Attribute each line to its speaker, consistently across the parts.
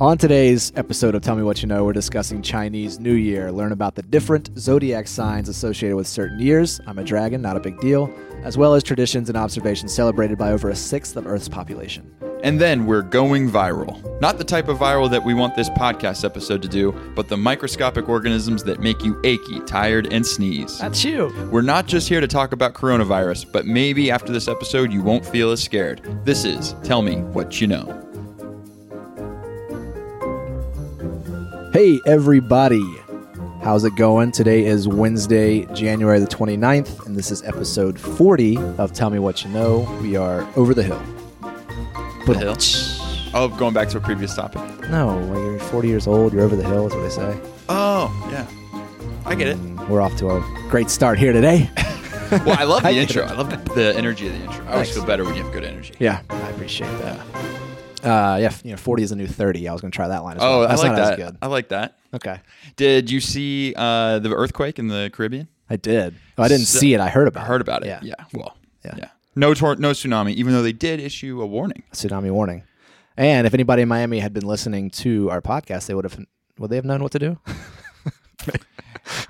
Speaker 1: On today's episode of Tell Me What You Know, we're discussing Chinese New Year. Learn about the different zodiac signs associated with certain years. I'm a dragon, not a big deal, as well as traditions and observations celebrated by over a sixth of Earth's population.
Speaker 2: And then we're going viral. Not the type of viral that we want this podcast episode to do, but the microscopic organisms that make you achy, tired, and sneeze.
Speaker 1: That's you.
Speaker 2: We're not just here to talk about coronavirus, but maybe after this episode you won't feel as scared. This is Tell Me What You Know.
Speaker 1: Hey, everybody. How's it going? Today is Wednesday, January the 29th, and this is episode 40 of Tell Me What You Know. We are over the hill. The
Speaker 2: hill? Oh, going back to a previous topic.
Speaker 1: No, when you're 40 years old, you're over the hill, is what they say.
Speaker 2: Oh, yeah. I get it.
Speaker 1: And we're off to a great start here today.
Speaker 2: Well, I love the
Speaker 1: I get
Speaker 2: intro.
Speaker 1: it.
Speaker 2: I love the, the energy of the intro. I always
Speaker 1: Thanks.
Speaker 2: feel better when you have good energy.
Speaker 1: yeah, I appreciate that. Uh, yeah, f- you know, 40 is a new 30. I was going to try that line as well.
Speaker 2: Oh, I
Speaker 1: That's
Speaker 2: like
Speaker 1: not
Speaker 2: that.
Speaker 1: as good.
Speaker 2: I like that.
Speaker 1: Okay.
Speaker 2: Did you see uh, the earthquake in the Caribbean?
Speaker 1: I did. Oh, I didn't
Speaker 2: So-
Speaker 1: see it. I heard about
Speaker 2: I
Speaker 1: it.
Speaker 2: heard about it.
Speaker 1: Yeah.
Speaker 2: Yeah. Well.
Speaker 1: Yeah.
Speaker 2: Yeah. No tor- no tsunami, even though they did issue a warning.
Speaker 1: Tsunami warning. And if anybody in Miami had been listening to our podcast, they would have would they have known what to do?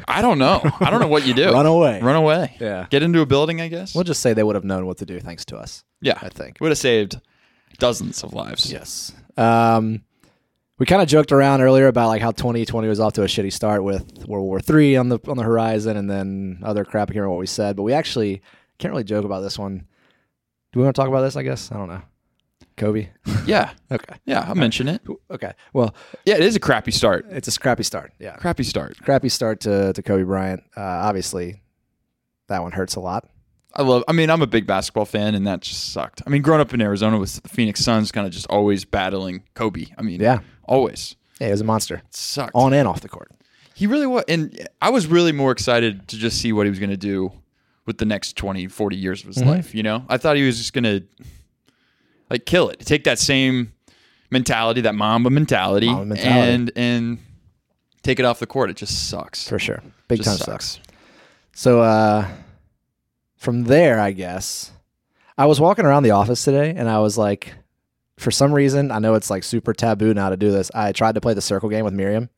Speaker 2: I don't know. I don't know what you do.
Speaker 1: Run away.
Speaker 2: Run away.
Speaker 1: Yeah.
Speaker 2: Get into a building, I guess.
Speaker 1: We'll just say they would have known what to do thanks to us.
Speaker 2: yeah.
Speaker 1: I think.
Speaker 2: would have saved dozens of lives.
Speaker 1: Yes. Um, we kind of joked around earlier about like how 2020 was off to a shitty start with World War III on the on the horizon, and then other crap here and what we said. But we actually can't really joke about this one. Do we want to talk about this? I guess I don't know. Kobe.
Speaker 2: Yeah.
Speaker 1: Okay.
Speaker 2: Yeah. I'll mention it.
Speaker 1: Okay. Well,
Speaker 2: Yeah. It is a crappy start.
Speaker 1: it's a crappy start. Yeah.
Speaker 2: Crappy start.
Speaker 1: Crappy start to to Kobe Bryant. Uh, obviously, that one hurts a lot.
Speaker 2: I love. I mean, I'm a big basketball fan, and that just sucked. I mean, growing up in Arizona with the Phoenix Suns, kind of just always battling Kobe. I mean,
Speaker 1: Yeah.
Speaker 2: always
Speaker 1: Yeah, he was a monster
Speaker 2: it sucked.
Speaker 1: on and off the court.
Speaker 2: He really was. And I was really more excited to just see what he was going to do with the next 20, 40 years of his
Speaker 1: Mm-hmm.
Speaker 2: life. You know, I thought he was just going to like kill it, take that same mentality, that Mamba mentality,
Speaker 1: Mamba mentality.
Speaker 2: and and take it off the court. It just sucks.
Speaker 1: For sure. Big
Speaker 2: Just
Speaker 1: time sucks. So uh from there, I guess I was walking around the office today and I was like for some reason, I know it's like super taboo now to do this. I tried to play the circle game with Miriam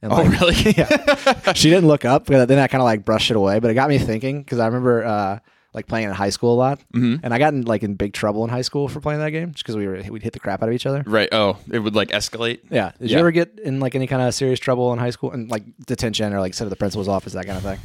Speaker 1: and
Speaker 2: Oh,
Speaker 1: like
Speaker 2: really?
Speaker 1: yeah. she didn't look up, but then I kind of like brushed it away, but it got me thinking cuz I remember uh like playing in high school a lot.
Speaker 2: Mhm.
Speaker 1: And I got in like in big trouble in high school for playing that game just cuz we were we'd hit the crap out of each other.
Speaker 2: Right. Oh, it would like escalate.
Speaker 1: Yeah. Did you
Speaker 2: Yeah.
Speaker 1: ever get in like any kind of serious trouble in high school and like detention or like sent to the principal's office that kind of thing?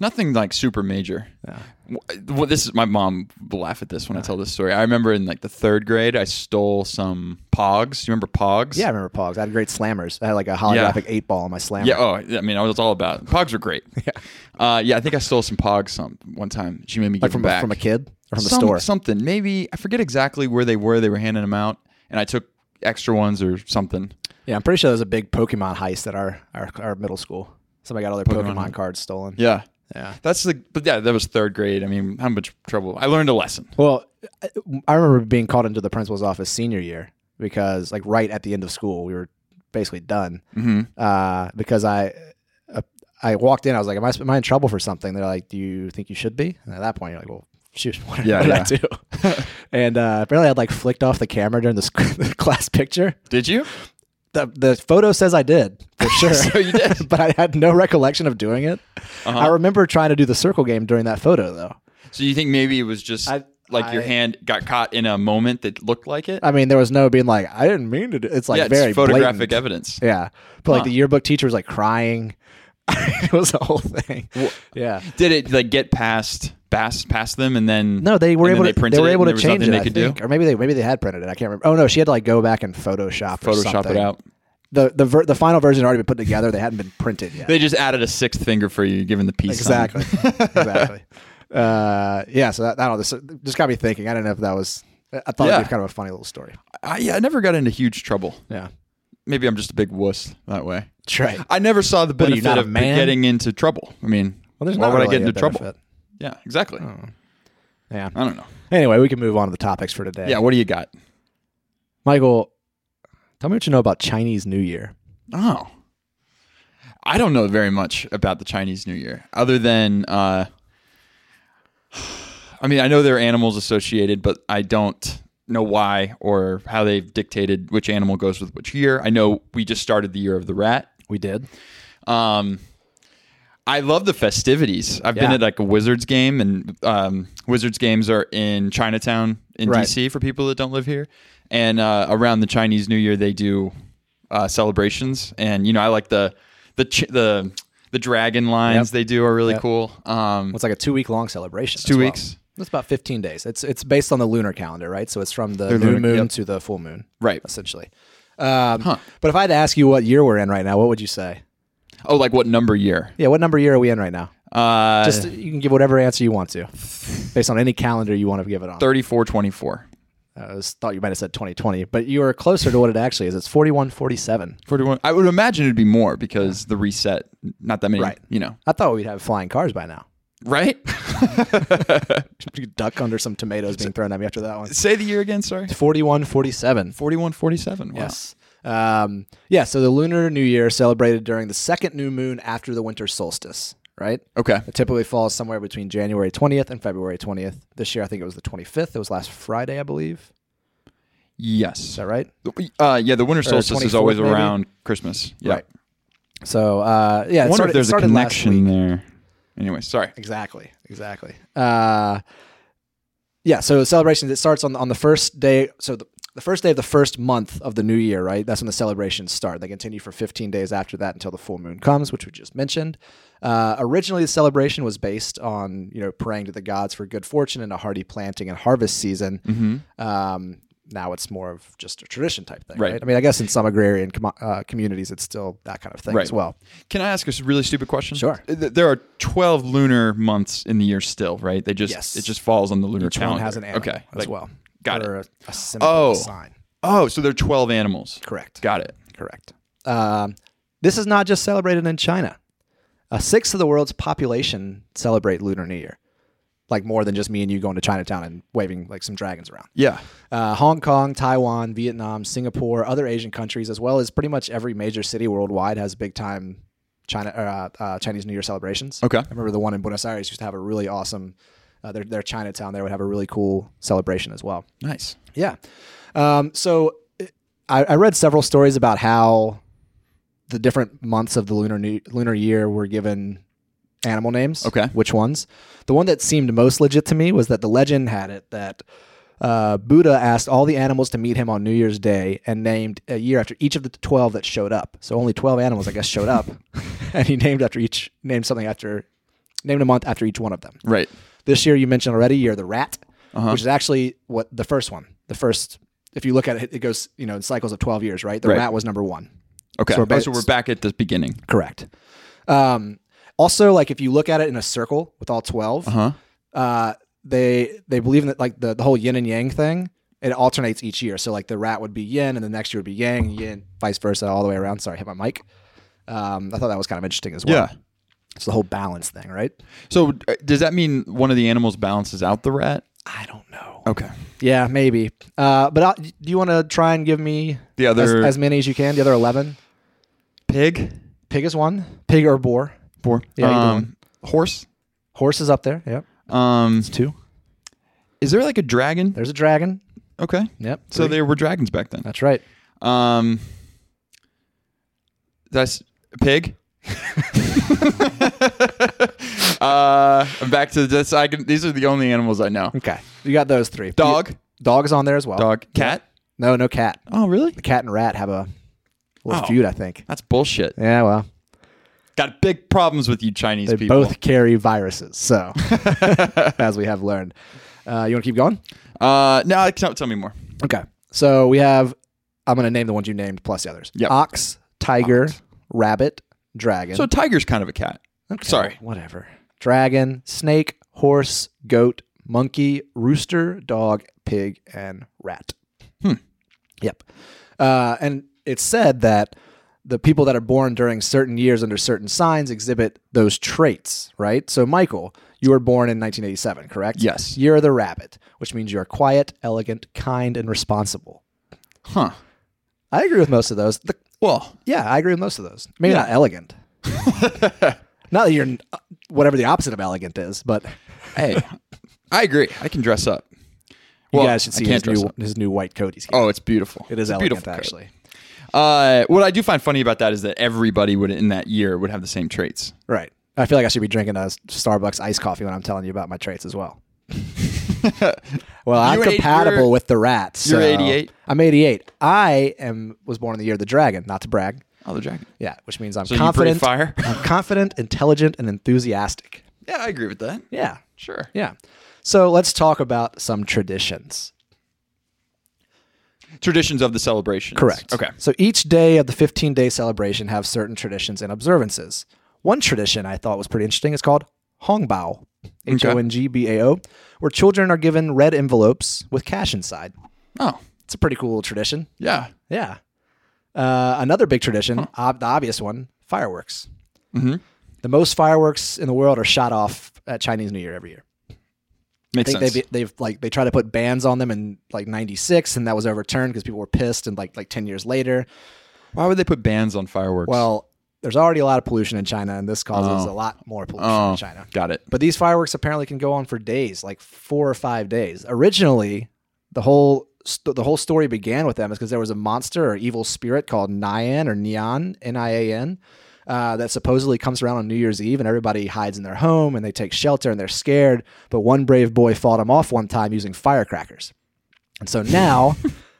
Speaker 2: Nothing like super major. W- Well, this is my mom will laugh at this when I tell this story. I remember in like the third grade, I stole some pogs. You remember pogs?
Speaker 1: Yeah, I remember Pogs. I had great slammers. I had like a holographic eight ball on my slammer.
Speaker 2: Yeah. Oh, I mean, I was all about pogs. Were great. yeah. Uh, yeah. I think I stole some pogs some one time. She made me give
Speaker 1: like from
Speaker 2: them back
Speaker 1: a, from a kid or from the
Speaker 2: Some-
Speaker 1: store.
Speaker 2: Something. Maybe I forget exactly where they were. They were handing them out, and I took extra ones or something.
Speaker 1: Yeah, I'm pretty sure there was a big Pokemon heist at our our, our middle school. Somebody got all their Pokemon, cards stolen.
Speaker 2: Yeah.
Speaker 1: Yeah.
Speaker 2: That's the. But yeah, that was third grade. I mean, how much trouble? I learned a lesson.
Speaker 1: Well, I, I remember being called into the principal's office senior year because like right at the end of school, we were basically done.
Speaker 2: Mm-hmm.
Speaker 1: Uh, because I uh, I walked in, I was like, am I, am I in trouble for something? They're like, do you think you should be? And at that point, you're like, well. Shoot, what,
Speaker 2: Yeah,
Speaker 1: what
Speaker 2: yeah.
Speaker 1: did I do? and uh, apparently, I had like flicked off the camera during the, sc- the class picture.
Speaker 2: Did you?
Speaker 1: the the photo says I did for sure.
Speaker 2: So you did.
Speaker 1: but I had no recollection of doing it.
Speaker 2: Uh-huh.
Speaker 1: I remember trying to do the circle game during that photo though.
Speaker 2: So you think maybe it was just
Speaker 1: I-
Speaker 2: like your
Speaker 1: I-
Speaker 2: hand got caught in a moment that looked like it?
Speaker 1: I mean, there was no being like, I didn't mean to. Do, it's like
Speaker 2: yeah,
Speaker 1: very
Speaker 2: it's photographic
Speaker 1: blatant.
Speaker 2: evidence.
Speaker 1: Yeah, but like
Speaker 2: Huh.
Speaker 1: the yearbook teacher was like crying. it was the whole thing. yeah.
Speaker 2: Did it like get past past past them and then?
Speaker 1: No, they were
Speaker 2: and then
Speaker 1: able to.
Speaker 2: printed
Speaker 1: They were
Speaker 2: it
Speaker 1: able
Speaker 2: and
Speaker 1: to
Speaker 2: there was
Speaker 1: change it,
Speaker 2: nothing
Speaker 1: I
Speaker 2: They could
Speaker 1: think,
Speaker 2: do
Speaker 1: or maybe they maybe they had printed it. I can't remember. Oh no, she had to like go back and Photoshop.
Speaker 2: Photoshop it out.
Speaker 1: The the ver- the final version had already been put together. They hadn't been printed yet.
Speaker 2: They just added a sixth finger for you, given the piece.
Speaker 1: Exactly. exactly. Uh, yeah. So that, that all this just got me thinking. I don't know if that was. I thought it'd
Speaker 2: Yeah.
Speaker 1: be kind of a funny little story.
Speaker 2: I, yeah, I never got into huge trouble.
Speaker 1: Yeah.
Speaker 2: Maybe I'm just a big wuss that way.
Speaker 1: That's right.
Speaker 2: I never saw the
Speaker 1: What are you,
Speaker 2: benefit
Speaker 1: not a
Speaker 2: of
Speaker 1: man?
Speaker 2: getting into trouble. I mean, why would I get into trouble? Yeah, exactly.
Speaker 1: Oh. Yeah.
Speaker 2: I don't know.
Speaker 1: Anyway, we can move on to the topics for today.
Speaker 2: Yeah, what do you got?
Speaker 1: Michael, tell me what you know about Chinese New Year.
Speaker 2: Oh. I don't know very much about the Chinese New Year other than uh I mean, I know there are animals associated, but I don't know why or how they've dictated which animal goes with which year. I know we just started the year of the rat.
Speaker 1: We did.
Speaker 2: Um, I love the festivities. I've been
Speaker 1: Yeah.
Speaker 2: at like a Wizards game, and um, Wizards games are in Chinatown in
Speaker 1: Right.
Speaker 2: DC for people that don't live here. And uh, around the Chinese New Year, they do uh, celebrations, and you know I like the the ch- the the dragon lines
Speaker 1: Yep.
Speaker 2: they do are really
Speaker 1: Yep.
Speaker 2: cool. Um,
Speaker 1: Well, it's like a two week long celebration. It's
Speaker 2: two weeks.
Speaker 1: That's about 15 days. It's it's based on the lunar calendar, right? So it's from the
Speaker 2: Their
Speaker 1: new
Speaker 2: lunar-
Speaker 1: moon
Speaker 2: yep.
Speaker 1: to the full moon,
Speaker 2: right.
Speaker 1: essentially. Um,
Speaker 2: Huh.
Speaker 1: But if I had to ask you what year we're in right now, what would you say?
Speaker 2: Oh, like what number year?
Speaker 1: Yeah, what number year are we in right now?
Speaker 2: Uh,
Speaker 1: Just you can give whatever answer you want to, based on any calendar you want to give it on.
Speaker 2: thirty-four, twenty-four.
Speaker 1: I was, thought you might have said 2020, but you were closer to what it actually is. It's 4147.
Speaker 2: 41. I would imagine it'd be more because the reset, not that many,
Speaker 1: Right.
Speaker 2: you know,
Speaker 1: I thought we'd have flying cars by now.
Speaker 2: right?
Speaker 1: You duck under some tomatoes being thrown at me after that one.
Speaker 2: Say the year again, sorry.
Speaker 1: 4147.
Speaker 2: 41, 47. Wow.
Speaker 1: Yes. Um, yeah. So the Lunar New Year celebrated during the second new moon after the winter solstice, right?
Speaker 2: Okay.
Speaker 1: It typically falls somewhere between January 20th and February 20th. This year, I think it was the 25th. It was last Friday, I believe. Is
Speaker 2: Yes.
Speaker 1: that right?
Speaker 2: Uh, yeah, the winter solstice is always
Speaker 1: 24th maybe?
Speaker 2: around Christmas. Yeah.
Speaker 1: Right. So uh, yeah,
Speaker 2: I
Speaker 1: it
Speaker 2: wonder
Speaker 1: started,
Speaker 2: if there's
Speaker 1: it
Speaker 2: a
Speaker 1: started last
Speaker 2: connection
Speaker 1: week.
Speaker 2: there. Anyway, sorry.
Speaker 1: Exactly. Exactly. Uh, yeah. So celebrations. It starts on the, on the first day. So the, the first day of the first month of the new year, right? That's when the celebrations start. They continue for 15 days after that until the full moon comes, which we just mentioned. Uh, originally, the celebration was based on you know praying to the gods for good fortune and a hearty planting and harvest season. Um, now it's more of just a tradition type thing, right?
Speaker 2: Mm-hmm. Right.
Speaker 1: I mean, I guess in some agrarian com- uh, communities, it's still that kind of thing
Speaker 2: Right.
Speaker 1: as well.
Speaker 2: Can I ask a s- really stupid question?
Speaker 1: Sure.
Speaker 2: Th- There are 12 lunar months in the year still, right? They just
Speaker 1: Yes.
Speaker 2: it just falls on the lunar
Speaker 1: Each
Speaker 2: calendar.
Speaker 1: one has an animal
Speaker 2: Oh, okay.
Speaker 1: as
Speaker 2: like-
Speaker 1: well.
Speaker 2: got it.
Speaker 1: or A, a symbol, a
Speaker 2: Oh.
Speaker 1: sign.
Speaker 2: Oh, so there are 12 animals.
Speaker 1: Correct.
Speaker 2: Got it.
Speaker 1: Correct. Um, this is not just celebrated in China. A sixth of the world's population celebrate Lunar New Year, like more than just me and you going to Chinatown and waving like some dragons around.
Speaker 2: Yeah.
Speaker 1: Uh, Hong Kong, Taiwan, Vietnam, Singapore, other Asian countries, as well as pretty much every major city worldwide has big time China uh, uh, Chinese New Year celebrations.
Speaker 2: Okay.
Speaker 1: I remember the one in Buenos Aires used to have a really awesome. Uh, their, their Chinatown there would have a really cool celebration as well.
Speaker 2: Nice.
Speaker 1: Yeah. Um, so I, I read several stories about how the different months of the lunar new, lunar year were given animal names.
Speaker 2: Okay.
Speaker 1: Which ones? The one that seemed most legit to me was that the legend had it that uh, Buddha asked all the animals to meet him on New Year's Day and named a year after each of the 12 that showed up. So only 12 animals, I guess, showed up. and he named after each, named something after, named a month after each one of them.
Speaker 2: Right.
Speaker 1: This year, you mentioned already, you're the rat,
Speaker 2: Uh-huh.
Speaker 1: which is actually what the first one, the first. If you look at it, it goes you know in cycles of twelve years, right? The
Speaker 2: Right.
Speaker 1: rat was number one.
Speaker 2: Okay.
Speaker 1: So we're
Speaker 2: Oh,
Speaker 1: ba-
Speaker 2: so we're back at the beginning.
Speaker 1: Correct. Um, also, like if you look at it in a circle with all 12
Speaker 2: Uh-huh.
Speaker 1: uh, they they believe in that like the, the whole yin and yang thing. It alternates each year, so like the rat would be yin, and the next year would be yang, yin, vice versa, all the way around. Sorry, hit my mic. Um, I thought that was kind of interesting as well.
Speaker 2: Yeah.
Speaker 1: it's the whole balance thing, right?
Speaker 2: So uh, does that mean one of the animals balances out the rat?
Speaker 1: I don't know.
Speaker 2: Okay.
Speaker 1: Yeah, maybe. Uh, but I'll, do you want to try and give me
Speaker 2: The other-
Speaker 1: as, as many as you can? The other eleven.
Speaker 2: Pig,
Speaker 1: Pig is one. Pig or boar.
Speaker 2: boar,
Speaker 1: Yeah, either
Speaker 2: um, horse.
Speaker 1: Horse is up there. Yep.
Speaker 2: Um,
Speaker 1: Two.
Speaker 2: is there like a dragon?
Speaker 1: There's a dragon.
Speaker 2: Okay.
Speaker 1: Yep.
Speaker 2: So
Speaker 1: three.
Speaker 2: there were dragons back then.
Speaker 1: That's right.
Speaker 2: Um, that's pig. uh, I'm back to this. I can. These are the only animals I know.
Speaker 1: Okay. You got those three.
Speaker 2: Dog,
Speaker 1: Dog is on there as well.
Speaker 2: dog, cat.
Speaker 1: No, no cat.
Speaker 2: Oh, really?
Speaker 1: The cat and rat have a little
Speaker 2: Oh.
Speaker 1: feud, I think.
Speaker 2: That's bullshit.
Speaker 1: Yeah. Well,
Speaker 2: Got big problems with you Chinese
Speaker 1: they
Speaker 2: people.
Speaker 1: both carry viruses, so as we have learned. Uh, you want to keep going?
Speaker 2: Uh, no, tell, tell me more.
Speaker 1: Okay. So we have. I'm going to name the ones you named plus the others.
Speaker 2: Yep.
Speaker 1: Ox, tiger, rabbit, dragon.
Speaker 2: So a tiger's kind of a cat.
Speaker 1: Okay,
Speaker 2: Sorry.
Speaker 1: Whatever. Dragon, snake, horse, goat, monkey, rooster, dog, pig, and rat.
Speaker 2: Hmm.
Speaker 1: Yep. Uh, and it's said that the people that are born during certain years under certain signs exhibit those traits, right? So, Michael, you were born in 1987, correct?
Speaker 2: Yes.
Speaker 1: You're the rabbit, which means you're quiet, elegant, kind, and responsible.
Speaker 2: Huh.
Speaker 1: I agree with most of those. The,
Speaker 2: Well,
Speaker 1: yeah, I agree with most of those. Maybe not elegant. not that you're uh, n- whatever the opposite of elegant is, but
Speaker 2: hey, I agree. I can dress up.
Speaker 1: You
Speaker 2: Well,
Speaker 1: guys should
Speaker 2: I
Speaker 1: see
Speaker 2: can't
Speaker 1: his
Speaker 2: dress
Speaker 1: new
Speaker 2: up.
Speaker 1: his new white coat he's getting.
Speaker 2: Oh, it's beautiful.
Speaker 1: it is
Speaker 2: It's a
Speaker 1: elegant
Speaker 2: beautiful coat.
Speaker 1: actually.
Speaker 2: Uh, what I do find funny about that is that everybody would in that year would have the same traits.
Speaker 1: Right. I feel like I should be drinking a Starbucks iced coffee when I'm telling you about my traits as well. well, I'm
Speaker 2: You ain't-
Speaker 1: compatible
Speaker 2: you're-
Speaker 1: with the rats.
Speaker 2: you're
Speaker 1: so-
Speaker 2: 88?
Speaker 1: I'm 88. I am was born in the year of the dragon. Not to brag.
Speaker 2: Oh, the jacket.
Speaker 1: Yeah, which means I'm
Speaker 2: So you breathe
Speaker 1: confident.
Speaker 2: fire?
Speaker 1: I'm confident, intelligent, and enthusiastic.
Speaker 2: Yeah, I agree with that.
Speaker 1: Yeah,
Speaker 2: Sure.
Speaker 1: yeah. So let's talk about some traditions.
Speaker 2: Traditions of the celebration.
Speaker 1: Correct.
Speaker 2: Okay.
Speaker 1: So each day of the 15 day celebration have certain traditions and observances. One tradition I thought was pretty interesting is called Hongbao, H O N G B A O, where children are given red envelopes with cash inside.
Speaker 2: Oh,
Speaker 1: It's a pretty cool tradition.
Speaker 2: yeah.
Speaker 1: Yeah. Uh, another big tradition, ob- the obvious one, fireworks.
Speaker 2: Mhm.
Speaker 1: The most fireworks in the world are shot off at Chinese New Year every year. I
Speaker 2: Makes
Speaker 1: think
Speaker 2: sense.
Speaker 1: they've, they've like they tried to put bans on them in like '96, and that was overturned because people were pissed. And like like ten years later,
Speaker 2: Why would they put bans on fireworks?
Speaker 1: well, there's already a lot of pollution in China, and this causes
Speaker 2: Oh.
Speaker 1: a lot more pollution
Speaker 2: oh,
Speaker 1: in China.
Speaker 2: got it.
Speaker 1: But these fireworks apparently can go on for days, like four or five days. Originally, the whole st- the whole story began with them is because there was a monster or evil spirit called Nian or Neon N I A N uh, that supposedly comes around on New Year's Eve, and everybody hides in their home and they take shelter and they're scared. But one brave boy fought him off one time using firecrackers, and so now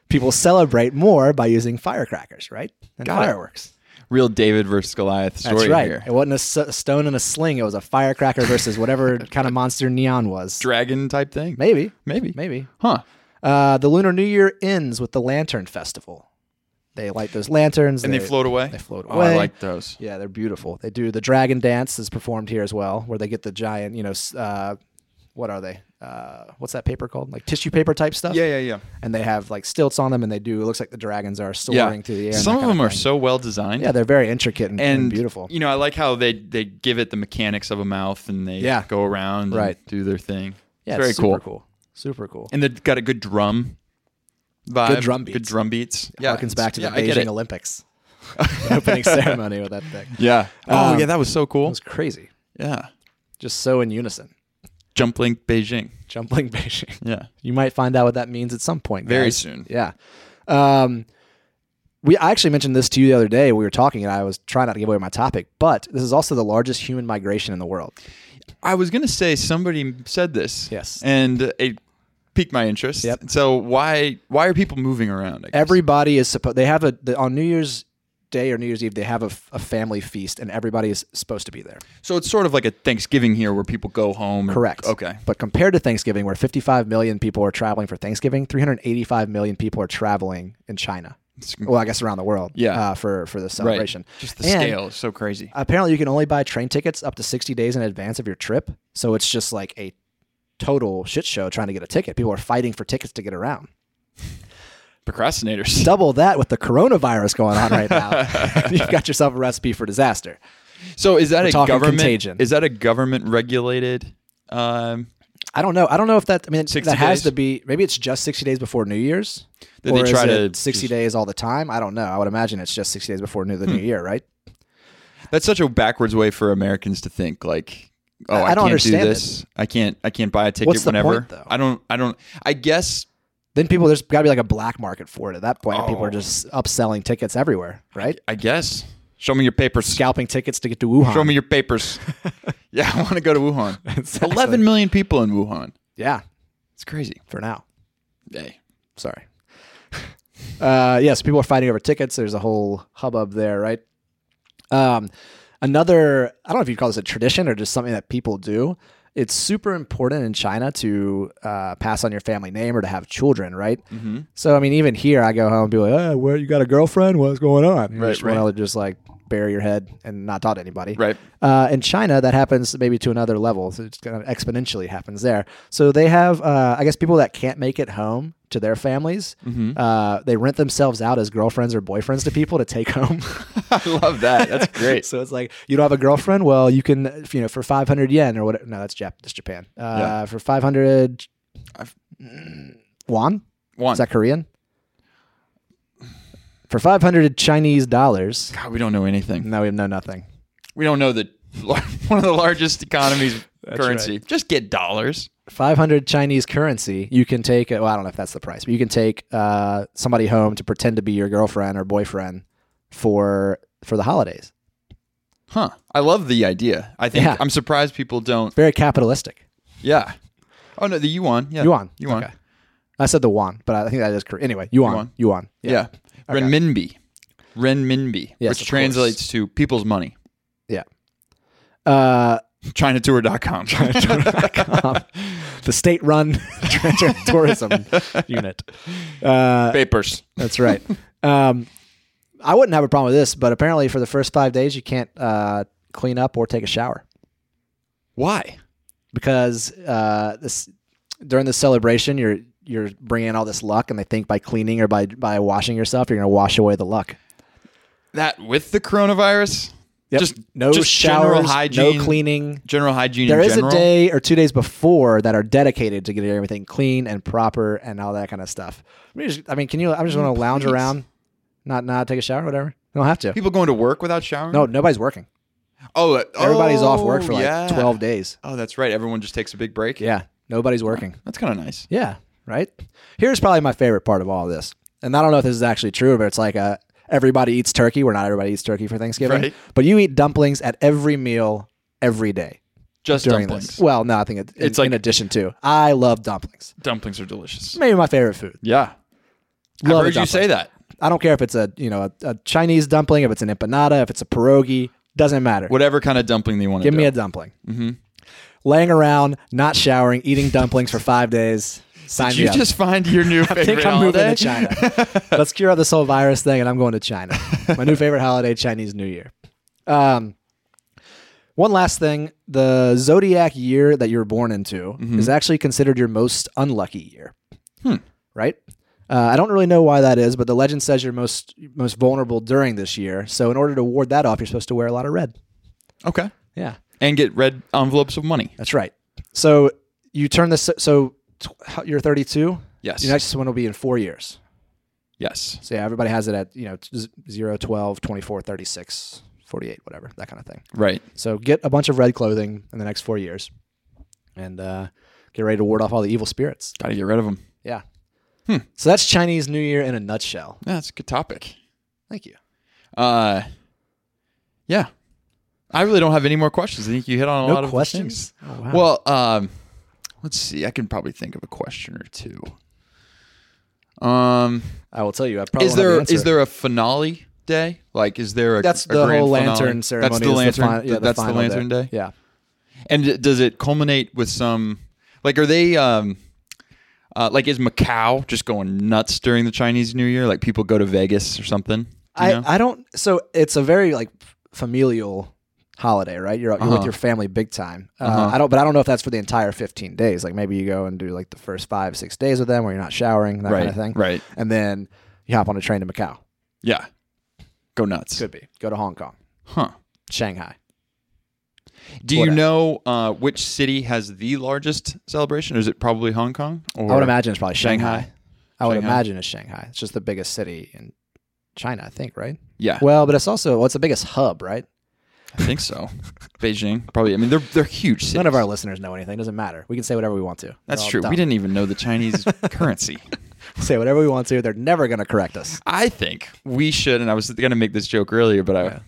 Speaker 1: people celebrate more by using firecrackers, right? And
Speaker 2: Got it.
Speaker 1: fireworks.
Speaker 2: Real David versus Goliath story
Speaker 1: That's right.
Speaker 2: here.
Speaker 1: It wasn't a s- a stone and a sling. It was a firecracker versus whatever kind of monster neon was.
Speaker 2: Dragon type thing.
Speaker 1: Maybe,
Speaker 2: Maybe.
Speaker 1: maybe.
Speaker 2: Huh.
Speaker 1: Uh, the Lunar New Year ends with the Lantern Festival. They light those lanterns
Speaker 2: And they, float away.
Speaker 1: They float
Speaker 2: Oh, I
Speaker 1: away.
Speaker 2: like those.
Speaker 1: Yeah, they're beautiful. They do the dragon dance is performed here as well, where they get the giant, you know, s- uh, what are they? Uh, what's that paper called? Like tissue paper type stuff.
Speaker 2: Yeah, yeah, yeah.
Speaker 1: And they have like stilts on them, and they do. It looks like the dragons are soaring through the air. and that
Speaker 2: Some of
Speaker 1: kind
Speaker 2: them are
Speaker 1: thing.
Speaker 2: so well designed.
Speaker 1: Yeah, they're very intricate and, and
Speaker 2: and
Speaker 1: beautiful.
Speaker 2: You know, I like how they they give it the mechanics of a mouth and they
Speaker 1: Yeah.
Speaker 2: go around and
Speaker 1: Right.
Speaker 2: do their thing.
Speaker 1: Yeah,
Speaker 2: it's very
Speaker 1: it's super
Speaker 2: cool.
Speaker 1: cool. Super cool.
Speaker 2: And they've got a good drum vibe.
Speaker 1: drum
Speaker 2: Good
Speaker 1: beats.
Speaker 2: drum beats. Yeah.
Speaker 1: harkens back to the
Speaker 2: yeah, I get
Speaker 1: Beijing
Speaker 2: it.
Speaker 1: Olympics The opening ceremony with that thing. It
Speaker 2: Yeah. Oh,
Speaker 1: Um,
Speaker 2: yeah, that was so cool.
Speaker 1: was crazy.
Speaker 2: Yeah.
Speaker 1: Just so in unison.
Speaker 2: Jump Link Beijing.
Speaker 1: Jumpling Beijing.
Speaker 2: Yeah.
Speaker 1: You might find out what that means at some point.
Speaker 2: Very
Speaker 1: guys.
Speaker 2: soon.
Speaker 1: Yeah. Um, we I actually mentioned this to you the other day. We were talking, and I was trying not to give away my topic, but this is also the largest human migration in the world.
Speaker 2: I was going to say somebody said this.
Speaker 1: Yes.
Speaker 2: And it piqued my interest.
Speaker 1: Yep.
Speaker 2: So why why are people moving around? I guess?
Speaker 1: Everybody is supposed. They have a the, on New Year's Day or New Year's Eve. They have a, f- a family feast, and everybody is supposed to be there.
Speaker 2: So it's sort of like a Thanksgiving here where people go home. and-
Speaker 1: Correct.
Speaker 2: Mm-hmm. Okay.
Speaker 1: But compared to Thanksgiving, where 55 million people are traveling for Thanksgiving, 385 million people are traveling in China.
Speaker 2: It's-
Speaker 1: Well, I guess around the world.
Speaker 2: Yeah.
Speaker 1: Uh, for for the celebration.
Speaker 2: Just the
Speaker 1: And
Speaker 2: scale is so crazy.
Speaker 1: Apparently, you can only buy train tickets up to 60 days in advance of your trip. So it's just like a total shit show trying to get a ticket. People are fighting for tickets to get around.
Speaker 2: Procrastinators.
Speaker 1: Double that with the coronavirus going on right now. You've got yourself a recipe for disaster.
Speaker 2: So is that a
Speaker 1: talking
Speaker 2: government
Speaker 1: contagion.
Speaker 2: Is that a government regulated? Um,
Speaker 1: I don't know. I don't know if that. I mean,
Speaker 2: 60
Speaker 1: that has
Speaker 2: days?
Speaker 1: to be. Maybe it's just sixty days before New Year's.
Speaker 2: Did they
Speaker 1: Or is
Speaker 2: try to
Speaker 1: it sixty
Speaker 2: just-
Speaker 1: days all the time? I don't know. I would imagine it's just sixty days before new the
Speaker 2: Hmm.
Speaker 1: New Year, right?
Speaker 2: that's such a backwards way for Americans to think. Like, oh, I,
Speaker 1: I- I don't
Speaker 2: can't
Speaker 1: understand
Speaker 2: do this. I can't. I can't buy a ticket
Speaker 1: What's the
Speaker 2: whenever.
Speaker 1: point, though?
Speaker 2: I don't. I don't. I guess.
Speaker 1: Then people, there's got to be like a black market for it. At that point, people
Speaker 2: Oh.
Speaker 1: are just upselling tickets everywhere, right?
Speaker 2: I guess. Show me your papers.
Speaker 1: Scalping tickets to get to Wuhan.
Speaker 2: Show me your papers. yeah, I want to go to Wuhan.
Speaker 1: Exactly.
Speaker 2: Eleven million people in Wuhan.
Speaker 1: Yeah,
Speaker 2: It's crazy.
Speaker 1: for now.
Speaker 2: Hey.
Speaker 1: Sorry. uh, yes, people are fighting over tickets. There's a whole hubbub there, right? Um, another, I don't know if you'd call this a tradition or just something that people do. It's super important in China to uh, pass on your family name or to have children, right? Mm-hmm. So, I mean, even here, I go home and be like, oh, where you got a girlfriend? What's going on? You
Speaker 2: Right,
Speaker 1: just
Speaker 2: right.
Speaker 1: want to just like bury your head and not talk to anybody.
Speaker 2: Right.
Speaker 1: Uh, in China, that happens maybe to another level. So it's kind of exponentially happens there. So they have, uh, I guess, people that can't make it home to their families,
Speaker 2: Mm-hmm.
Speaker 1: uh, they rent themselves out as girlfriends or boyfriends to people to take home.
Speaker 2: I love that. That's great.
Speaker 1: so it's like you don't have a girlfriend. Well, you can, uh, you know, for five hundred yen or whatever. No, that's Jap. That's Japan. Uh,
Speaker 2: Yeah.
Speaker 1: For five hundred
Speaker 2: I've-
Speaker 1: won.
Speaker 2: One.
Speaker 1: Is that Korean? For five hundred Chinese dollars.
Speaker 2: God, we don't know anything.
Speaker 1: No, we know nothing.
Speaker 2: We don't know that one of the largest economies
Speaker 3: That's
Speaker 2: currency.
Speaker 3: right.
Speaker 2: Just get dollars.
Speaker 1: 500 Chinese currency, you can take, well, I don't know if that's the price, but you can take uh, somebody home to pretend to be your girlfriend or boyfriend for for the holidays.
Speaker 2: Huh. I love the idea. I think
Speaker 1: Yeah.
Speaker 2: I'm surprised people don't.
Speaker 1: Very capitalistic.
Speaker 2: Yeah. Oh no, the yuan. Yeah.
Speaker 1: Yuan.
Speaker 2: Yuan.
Speaker 1: Okay. I said the won, but I think that is correct. Anyway, yuan. Yuan.
Speaker 2: Yuan. Yeah.
Speaker 1: Okay.
Speaker 2: Renminbi. Renminbi,
Speaker 1: Yes, of
Speaker 2: which translates
Speaker 1: course.
Speaker 2: to people's money.
Speaker 1: Uh, um,
Speaker 2: Chinatour.com.
Speaker 1: the state run tourism unit. Uh,
Speaker 2: Papers.
Speaker 1: that's right. Um, I wouldn't have a problem with this, but apparently for the first five days, you can't uh, clean up or take a shower.
Speaker 2: Why?
Speaker 1: because uh, this during the celebration you're you're bringing in all this luck, and they think by cleaning or by by washing yourself, you're going to wash away the luck.
Speaker 2: That with the coronavirus? Just
Speaker 1: no
Speaker 2: just
Speaker 1: showers,
Speaker 2: general hygiene.
Speaker 1: no cleaning.
Speaker 2: General hygiene
Speaker 1: There
Speaker 2: in
Speaker 1: is a
Speaker 2: general.
Speaker 1: day or two days before that are dedicated to getting everything clean and proper and all that kind of stuff. I mean, just, I mean can you? I'm just going to lounge
Speaker 2: Mm, please.
Speaker 1: around, not not take a shower, whatever. You don't have to.
Speaker 2: People going to work without showering?
Speaker 1: No, nobody's working.
Speaker 2: Oh, uh,
Speaker 1: Everybody's off work
Speaker 2: oh,
Speaker 1: for like
Speaker 2: yeah.
Speaker 1: 12 days.
Speaker 2: Oh, that's right. Everyone just takes a big break.
Speaker 1: Yeah, nobody's working.
Speaker 2: That's kind of nice.
Speaker 1: Yeah, right. Here's probably my favorite part of all of this, and I don't know if this is actually true, but it's like a everybody eats turkey. Where not everybody eats turkey for Thanksgiving,
Speaker 2: Right.
Speaker 1: but you eat dumplings at every meal every day
Speaker 2: Just
Speaker 1: during
Speaker 2: dumplings.
Speaker 1: this. Well, no, I think it, it's
Speaker 2: It's
Speaker 1: in,
Speaker 2: like-
Speaker 1: in addition to. I love dumplings.
Speaker 2: Dumplings are delicious.
Speaker 1: Maybe my favorite food.
Speaker 2: Yeah.
Speaker 1: Love a
Speaker 2: I've heard you
Speaker 1: dumpling.
Speaker 2: say that.
Speaker 1: I don't care if it's a you know a, a Chinese dumpling, if it's an empanada, if it's a pierogi, doesn't matter.
Speaker 2: Whatever kind of dumpling they want to
Speaker 1: Give
Speaker 2: do.
Speaker 1: me a dumpling.
Speaker 2: Mm-hmm.
Speaker 1: Laying around, not showering, eating dumplings for five days. Sign
Speaker 2: Did
Speaker 1: me
Speaker 2: you
Speaker 1: up.
Speaker 2: just find your new favorite
Speaker 1: I think I'm
Speaker 2: holiday?
Speaker 1: moving to China. Let's cure up this whole virus thing, and I'm going to China. My new favorite holiday, Chinese New Year. Um, one last thing: the zodiac year that you were born into is actually considered your most unlucky year. Right? Uh, I don't really know why that is, but the legend says you're most most vulnerable during this year. So, in order to ward that off, you're supposed to wear a lot of red.
Speaker 2: Okay.
Speaker 1: Yeah.
Speaker 2: And get red envelopes of money.
Speaker 1: That's right. So you turn this. So t- how- you're 32.
Speaker 2: Yes.
Speaker 1: Your next one will be in four years.
Speaker 2: Yes.
Speaker 1: So yeah, everybody has it at you know z- 0, 12, 24, 36, 48, whatever that kind of thing.
Speaker 2: Right.
Speaker 1: So get a bunch of red clothing in the next four years, and uh, get ready to ward off all the evil spirits.
Speaker 2: Got to get rid of them.
Speaker 1: Yeah.
Speaker 2: Hmm.
Speaker 1: So that's Chinese New Year in a nutshell.
Speaker 2: Yeah, that's a good topic.
Speaker 1: Thank you.
Speaker 2: Uh, yeah. I really don't have any more questions. I think you hit on a
Speaker 1: No
Speaker 2: lot of the things.
Speaker 1: questions. Oh, wow.
Speaker 2: Well, um, let's see. I can probably think of a question or two. Um,
Speaker 1: I will tell you. I probably
Speaker 2: is
Speaker 1: won't have
Speaker 2: there
Speaker 1: the
Speaker 2: is
Speaker 1: answer.
Speaker 2: there a finale day? Like, is there a
Speaker 1: That's
Speaker 2: a
Speaker 1: the
Speaker 2: grand
Speaker 1: whole
Speaker 2: finale?
Speaker 1: lantern ceremony.
Speaker 2: That's
Speaker 1: is
Speaker 2: the lantern.
Speaker 1: fin- yeah,
Speaker 2: that's the
Speaker 1: final
Speaker 2: lantern day.
Speaker 1: Yeah.
Speaker 2: And d- does it culminate with some? Like, are they? Um, uh, like, is Macau just going nuts during the Chinese New Year? Like, people go to Vegas or something. Do you know?
Speaker 1: I, I don't so it's a very like f- familial holiday right you're, you're with
Speaker 2: Uh-huh.
Speaker 1: your family big time uh, i don't but i don't know if that's for the entire 15 days like maybe you go and do like the first five six days with them where you're not showering that
Speaker 2: right.
Speaker 1: kind of thing
Speaker 2: Right.
Speaker 1: and then you hop on a train to macau
Speaker 2: Yeah. Go nuts.
Speaker 1: could be go to hong kong
Speaker 2: Huh.
Speaker 1: shanghai
Speaker 2: Do you
Speaker 1: Whatever.
Speaker 2: know uh, which city has the largest celebration? Or is it probably Hong Kong? Or
Speaker 1: i would imagine it's probably shanghai,
Speaker 2: Shanghai.
Speaker 1: i would
Speaker 2: Shanghai.
Speaker 1: imagine it's shanghai it's just the biggest city in china i think right
Speaker 2: Yeah,
Speaker 1: well but it's also well, it's the biggest hub right
Speaker 2: I think so. Beijing, probably. I mean, they're they're huge cities.
Speaker 1: none of our listeners know anything doesn't matter we can say whatever we want to They're
Speaker 2: That's
Speaker 1: all
Speaker 2: true.
Speaker 1: dumb.
Speaker 2: We didn't even know the Chinese currency.
Speaker 1: say whatever we want to they're never going to correct us
Speaker 2: I think we should, and I was going to make this joke earlier, but I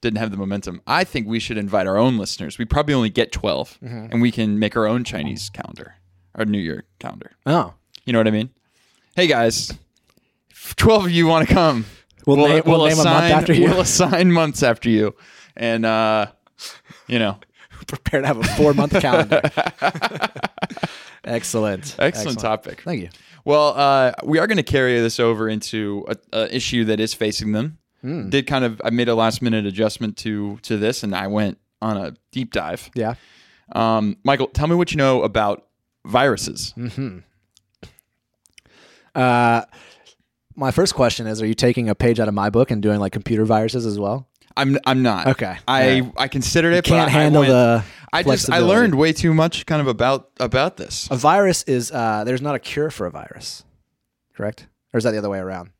Speaker 2: didn't have the momentum. I think we should invite our own listeners. We probably only get 12,
Speaker 1: Mm-hmm.
Speaker 2: and we can make our own Chinese calendar, our New Year calendar.
Speaker 1: oh
Speaker 2: You know what I mean? Hey guys, if twelve of you want to come.
Speaker 1: We'll name- we'll name a month
Speaker 2: assign,
Speaker 1: after you.
Speaker 2: We'll assign months after you, and uh, you know,
Speaker 1: prepare to have a four month calendar. Excellent.
Speaker 2: excellent, topic.
Speaker 1: Thank you.
Speaker 2: Well, uh, we are going to carry this over into a, a issue that is facing them.
Speaker 1: Hmm.
Speaker 2: Did kind of I made a last minute adjustment to to this, and I went on a deep dive.
Speaker 1: Yeah.
Speaker 2: Um, Michael, tell me what you know about viruses.
Speaker 1: Hmm. Uh, my first question is Are you taking a page out of my book and doing like computer viruses as well?
Speaker 2: I'm I'm not
Speaker 1: Okay.
Speaker 2: I
Speaker 1: Yeah.
Speaker 2: I considered it. but
Speaker 1: Can't
Speaker 2: I- I
Speaker 1: handle
Speaker 2: went-
Speaker 1: the.
Speaker 2: I just I
Speaker 1: flexibility. Oh,
Speaker 2: learned way too much kind of about about this.
Speaker 1: A virus is, uh, there's not a cure for a virus, correct? Or is that the other way around?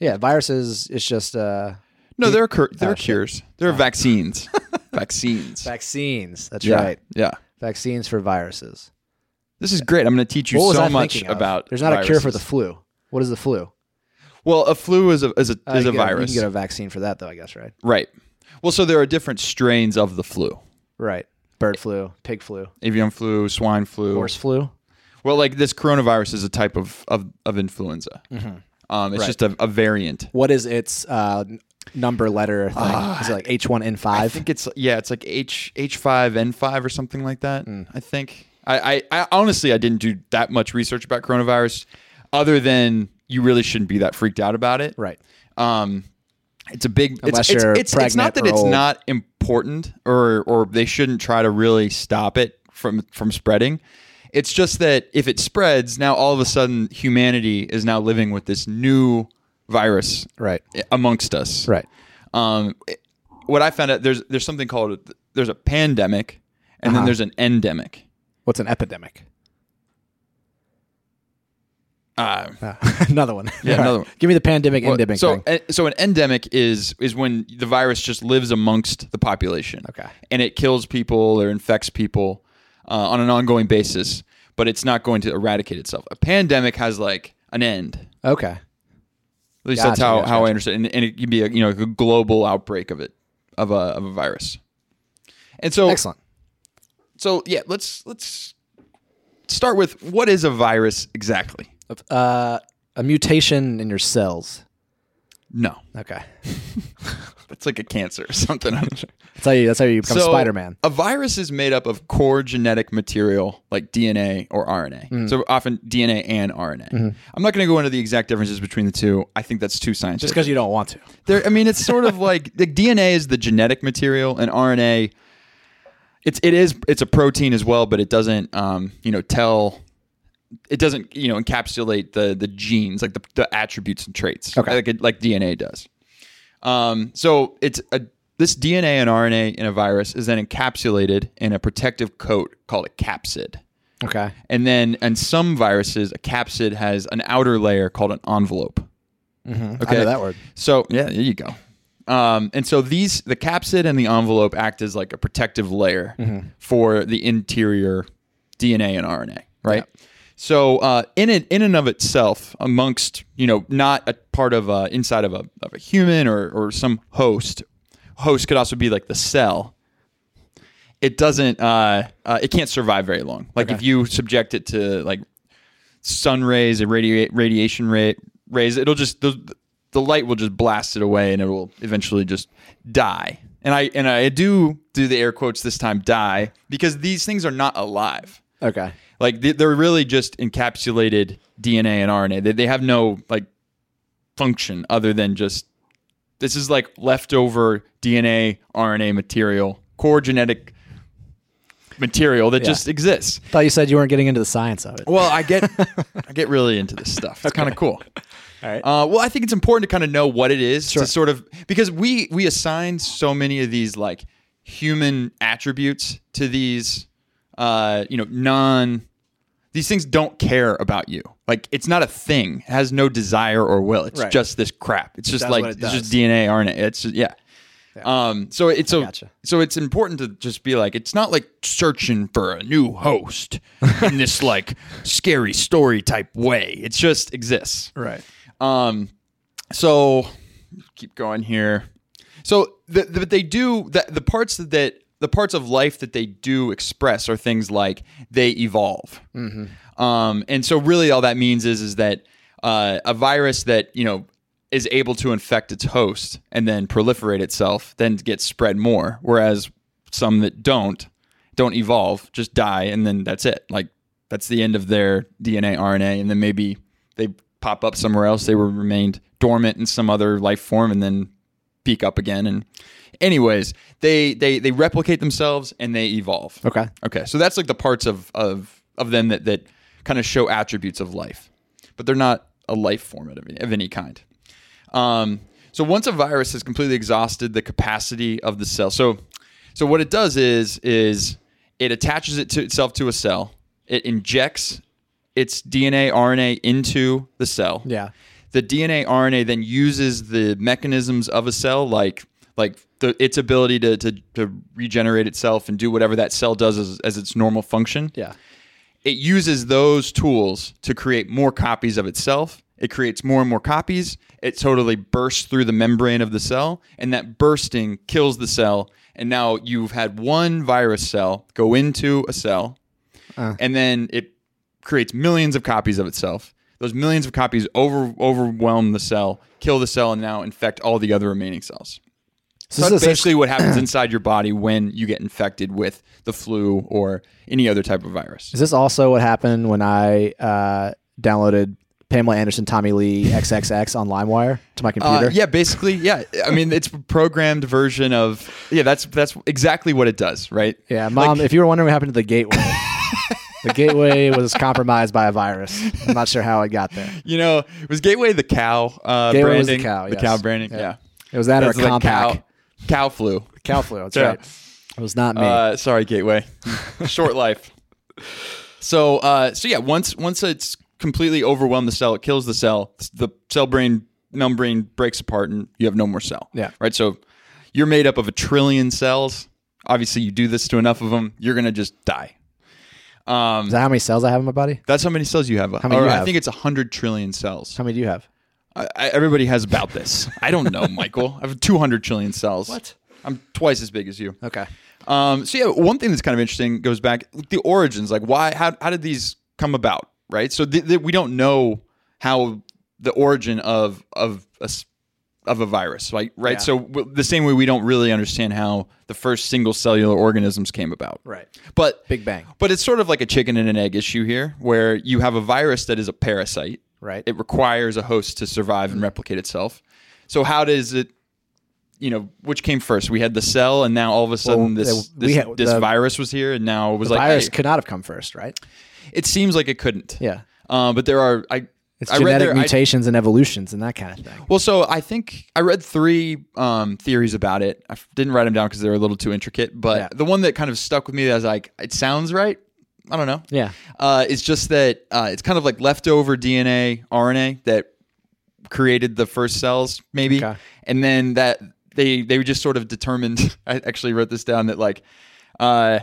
Speaker 1: Yeah, viruses, it's just uh,
Speaker 2: No, there are cur- there
Speaker 1: Oh,
Speaker 2: are
Speaker 1: shit.
Speaker 2: cures. There are vaccines. vaccines.
Speaker 1: vaccines. That's
Speaker 2: yeah.
Speaker 1: right.
Speaker 2: Yeah.
Speaker 1: Vaccines for viruses.
Speaker 2: This is great. I'm going to teach you
Speaker 1: what was
Speaker 2: so
Speaker 1: I
Speaker 2: much
Speaker 1: thinking of?
Speaker 2: about.
Speaker 1: There's not a cure for the
Speaker 2: viruses.
Speaker 1: flu. What is the flu?
Speaker 2: well, a flu is a is a,
Speaker 1: Uh,
Speaker 2: is
Speaker 1: you
Speaker 2: a
Speaker 1: get
Speaker 2: virus,
Speaker 1: You can get a vaccine for that, though. I guess right.
Speaker 2: right? Well, so there are different strains of the flu:
Speaker 1: Right. Bird flu, pig flu,
Speaker 2: avian flu, swine flu.
Speaker 1: horse flu.
Speaker 2: Well, like this coronavirus is a type of of, of influenza. Um, it's
Speaker 1: Right.
Speaker 2: just a, a variant.
Speaker 1: What is its uh, n- number letter thing? is it like H one N
Speaker 2: I
Speaker 1: five?
Speaker 2: think it's yeah, it's like H H five N five or something like that. I think. Hmm. I, I, I honestly I didn't do that much research about coronavirus, other than you really shouldn't be that freaked out about it.
Speaker 1: Right.
Speaker 2: Um, it's a big. It's,
Speaker 1: Unless
Speaker 2: it's,
Speaker 1: you're
Speaker 2: it's, it's not
Speaker 1: pregnant
Speaker 2: that
Speaker 1: or
Speaker 2: it's
Speaker 1: old.
Speaker 2: not important, or or they shouldn't try to really stop it from from spreading. It's just that if it spreads, now all of a sudden humanity is now living with this new virus
Speaker 1: Right.
Speaker 2: amongst us.
Speaker 1: Right.
Speaker 2: Um, it- what I found out there's there's something called there's a pandemic, and
Speaker 1: Uh-huh.
Speaker 2: then there's an endemic.
Speaker 1: What's an epidemic?
Speaker 2: Uh,
Speaker 1: Ah. another one.
Speaker 2: Yeah,
Speaker 1: All
Speaker 2: another one.
Speaker 1: Give me the pandemic
Speaker 2: Well,
Speaker 1: endemic
Speaker 2: so,
Speaker 1: thing.
Speaker 2: uh, so an endemic is is when the virus just lives amongst the population.
Speaker 1: Okay.
Speaker 2: And it kills people or infects people uh, on an ongoing basis, but it's not going to eradicate itself. A pandemic has like an end.
Speaker 1: Okay.
Speaker 2: At least that's
Speaker 1: Gotcha,
Speaker 2: how,
Speaker 1: gotcha,
Speaker 2: how I
Speaker 1: gotcha.
Speaker 2: understand. And, and it can be a you know a global outbreak of it of a of a virus. And so
Speaker 1: Excellent.
Speaker 2: So yeah, let's let's start with what is a virus exactly?
Speaker 1: Uh, a mutation in your cells.
Speaker 2: No,
Speaker 1: Okay.
Speaker 2: that's like a cancer or something.
Speaker 1: That's how you. That's how you become
Speaker 2: So,
Speaker 1: Spider Man.
Speaker 2: A virus is made up of core genetic material like DNA or RNA.
Speaker 1: Mm-hmm.
Speaker 2: So often DNA and RNA. I'm not going to go into the exact differences between the two. I think that's too scientific.
Speaker 1: Just because you don't want to.
Speaker 2: There, I mean, it's sort of like the DNA is the genetic material, and RNA, it's it is it's a protein as well, but it doesn't, um, you know, tell, it doesn't, you know, encapsulate the the genes like the, the attributes and traits,
Speaker 1: Okay.
Speaker 2: like it, like DNA does. Um, so it's a this DNA and RNA in a virus is then encapsulated in a protective coat called a capsid.
Speaker 1: Okay.
Speaker 2: And then, in some viruses, a capsid has an outer layer called an envelope.
Speaker 1: I know that word.
Speaker 2: So yeah, there you go. Um, and so these the capsid and the envelope act as like a protective layer for the interior DNA and RNA, right? So uh, in it in and of itself, amongst you know not a part of a, inside of a of a human or or some host, host could also be like the cell. It doesn't. Uh, uh, it can't survive very long. Like if you subject it to like sun rays and radi- radiation ra- rays, it'll just the, the light will just blast it away, and it will eventually just die. And I and I do do the air quotes this time, die, because these things are not alive.
Speaker 1: Okay.
Speaker 2: Like they, they're really just encapsulated DNA and RNA. They, they have no like function other than just this is like leftover DNA RNA material, core genetic material that just exists.
Speaker 1: Thought you said you weren't getting into the science of it.
Speaker 2: Well, I get I get really into this stuff. It's kind of cool.
Speaker 1: All right.
Speaker 2: Uh, well, I think it's important to kind of know what it is
Speaker 1: Sure.
Speaker 2: to sort of because we we assign so many of these like human attributes to these uh, you know non these things don't care about you. Like it's not a thing. It has no desire or will. It's
Speaker 1: Right.
Speaker 2: just this crap. It's just
Speaker 1: does
Speaker 2: like
Speaker 1: what it
Speaker 2: it's
Speaker 1: does.
Speaker 2: just DNA, RNA. It's just, yeah. Um, so it's so,
Speaker 1: gotcha.
Speaker 2: so it's important to just be like it's not like searching for a new host in this like scary story type way. It just exists.
Speaker 1: Right.
Speaker 2: Um, so keep going here. So the, the, but they do the, the parts that the parts of life that they do express are things like they evolve. Um, and so really all that means is is that uh, a virus that you know is able to infect its host and then proliferate itself, then gets spread more. Whereas some that don't don't evolve, just die, and then that's it. Like that's the end of their DNA, RNA, and then maybe they pop up somewhere else. They were remained dormant in some other life form, and then peak up again. And anyways, they they they replicate themselves and they evolve.
Speaker 1: Okay.
Speaker 2: Okay, so that's like the parts of of of them that that kind of show attributes of life, but they're not a life form of any, of any kind. Um, so once a virus has completely exhausted the capacity of the cell, so so what it does is is it attaches it to itself to a cell. It injects its DNA RNA into the cell
Speaker 1: Yeah.
Speaker 2: the DNA RNA then uses the mechanisms of a cell, like like the, its ability to, to to regenerate itself and do whatever that cell does as, as its normal function.
Speaker 1: Yeah.
Speaker 2: It uses those tools to create more copies of itself. It creates more and more copies. It totally bursts through the membrane of the cell, and that bursting kills the cell. And now you've had one virus cell go into a cell,
Speaker 1: Uh.
Speaker 2: and then it creates millions of copies of itself. Those millions of copies over, overwhelm the cell, kill the cell, and now infect all the other remaining cells.
Speaker 1: So
Speaker 2: So
Speaker 1: this
Speaker 2: that's
Speaker 1: is
Speaker 2: basically what happens inside your body when you get infected with the flu or any other type of virus.
Speaker 1: Is this also what happened when I uh, downloaded Pamela Anderson, Tommy Lee, XXX on LimeWire to my
Speaker 2: Uh,
Speaker 1: computer?
Speaker 2: yeah, basically, yeah. I mean, it's a programmed version of yeah. That's that's exactly what it does, right?
Speaker 1: Yeah, mom, if you were wondering what happened to the gateway, the gateway was compromised by a virus. I'm not sure how it got there.
Speaker 2: You know, was Gateway the cow uh,
Speaker 1: Gateway
Speaker 2: branding?
Speaker 1: was the cow, yes.
Speaker 2: branding. Yeah,
Speaker 1: It was that
Speaker 2: That's
Speaker 1: or a
Speaker 2: like
Speaker 1: compact.
Speaker 2: cow cow flu.
Speaker 1: Cow, flu, that's
Speaker 2: Yeah.
Speaker 1: right. It was not me.
Speaker 2: Uh, sorry, Gateway. Short life. So, uh, so yeah. Once once it's completely overwhelmed the cell, it kills the cell. The cell brain membrane breaks apart, and you have no more cell.
Speaker 1: Yeah.
Speaker 2: Right. So, you're made up of a trillion cells. Obviously, you do this to enough of them, you're gonna just die. Um,
Speaker 1: Is that how many cells I have in my body?
Speaker 2: that's how many cells you have. How
Speaker 1: many you have?
Speaker 2: I think it's hundred trillion cells.
Speaker 1: How many do you have?
Speaker 2: I, I, everybody has about this. I don't know, Michael. I have two hundred trillion cells. What? I'm twice as big as you.
Speaker 1: Okay.
Speaker 2: Um, so yeah, one thing that's kind of interesting goes back the origins, like why, how, how did these come about, right? So th- th- we don't know how the origin of of a s- of a virus, like right. So w- the same way we don't really understand how the first single cellular organisms came about,
Speaker 1: Right.
Speaker 2: But
Speaker 1: Big Bang.
Speaker 2: but it's sort of like a chicken and an egg issue here, where you have a virus that is a parasite,
Speaker 1: Right.
Speaker 2: it requires a host to survive and replicate itself. So how does it? You know, which came first? We had the cell, and now all of a
Speaker 1: Well,
Speaker 2: sudden this
Speaker 1: they- we
Speaker 2: this,
Speaker 1: had-
Speaker 2: this
Speaker 1: the-
Speaker 2: virus was here, and now it was like
Speaker 1: virus
Speaker 2: hey,
Speaker 1: could not have come first, right?
Speaker 2: it seems like it couldn't.
Speaker 1: Yeah.
Speaker 2: Uh, but there are I.
Speaker 1: It's
Speaker 2: I read
Speaker 1: genetic
Speaker 2: there, I-
Speaker 1: mutations and evolutions and that kind of thing.
Speaker 2: well, so I think I read three um, theories about it. I f- didn't write them down because they were a little too intricate. But
Speaker 1: Yeah.
Speaker 2: the one that kind of stuck with me that I was like, it sounds right. I don't know.
Speaker 1: Yeah.
Speaker 2: Uh, it's just that uh, it's kind of like leftover DNA, RNA that created the first cells, maybe,
Speaker 1: Okay.
Speaker 2: and then that they they just sort of determined. I actually wrote this down that like. Uh,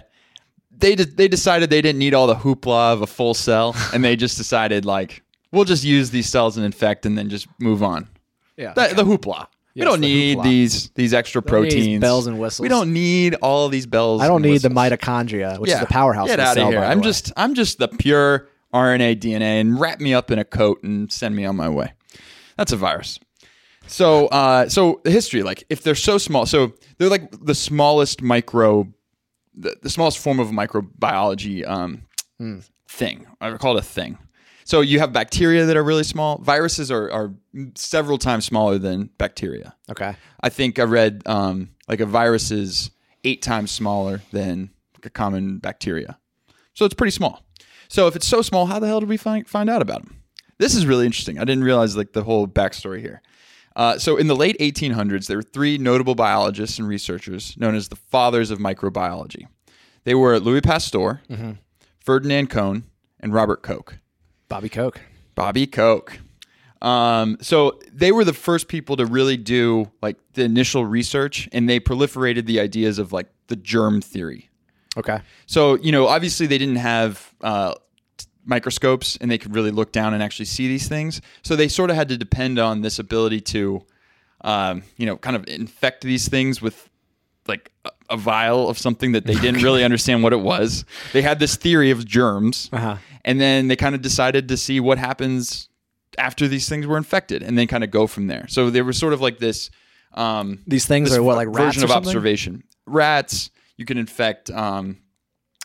Speaker 2: they de- they decided they didn't need all the hoopla of a full cell, and they just decided like we'll just use these cells and infect, and then just move on.
Speaker 1: Yeah.
Speaker 2: The, the hoopla.
Speaker 1: Yes,
Speaker 2: we don't
Speaker 1: the
Speaker 2: need
Speaker 1: hoopla.
Speaker 2: these these extra
Speaker 1: don't need these
Speaker 2: proteins,
Speaker 1: bells and whistles.
Speaker 2: We don't need all these bells.
Speaker 1: I don't
Speaker 2: and
Speaker 1: need the
Speaker 2: whistles.
Speaker 1: mitochondria, which is the powerhouse
Speaker 2: Get
Speaker 1: of the
Speaker 2: out
Speaker 1: cell.
Speaker 2: of here.
Speaker 1: by the
Speaker 2: I'm
Speaker 1: way.
Speaker 2: just I'm just the pure RNA DNA and wrap me up in a coat and send me on my way. That's a virus. So uh, so the history, like if they're so small, so they're like the smallest micro, the, the smallest form of microbiology um,
Speaker 1: Hmm.
Speaker 2: thing. I would call it a thing. So you have bacteria that are really small. Viruses are, are several times smaller than bacteria.
Speaker 1: okay.
Speaker 2: I think I read um, like a virus is eight times smaller than a common bacteria. So it's pretty small. So if it's so small, how the hell did we find, find out about them? This is really interesting. I didn't realize like the whole backstory here. Uh, so in the late 1800s, there were three notable biologists and researchers known as the fathers of microbiology. They were Louis Pasteur, Ferdinand Cohn, and Robert Koch.
Speaker 1: Bobby Koch.
Speaker 2: Bobby Koch. Um, so they were the first people to really do like the initial research, and they proliferated the ideas of like the germ theory.
Speaker 1: Okay.
Speaker 2: So you know, obviously they didn't have uh, t- microscopes, and they could really look down and actually see these things. So they sort of had to depend on this ability to, um, you know, kind of infect these things with like a, a vial of something that they didn't really understand what it was. They had this theory of germs,
Speaker 1: Uh-huh.
Speaker 2: and then they kind of decided to see what happens after these things were infected, and then kind of go from there. So they were sort of like this. Um,
Speaker 1: These things
Speaker 2: this
Speaker 1: are what like rats
Speaker 2: version
Speaker 1: or
Speaker 2: of
Speaker 1: something?
Speaker 2: observation. Rats, you can infect um,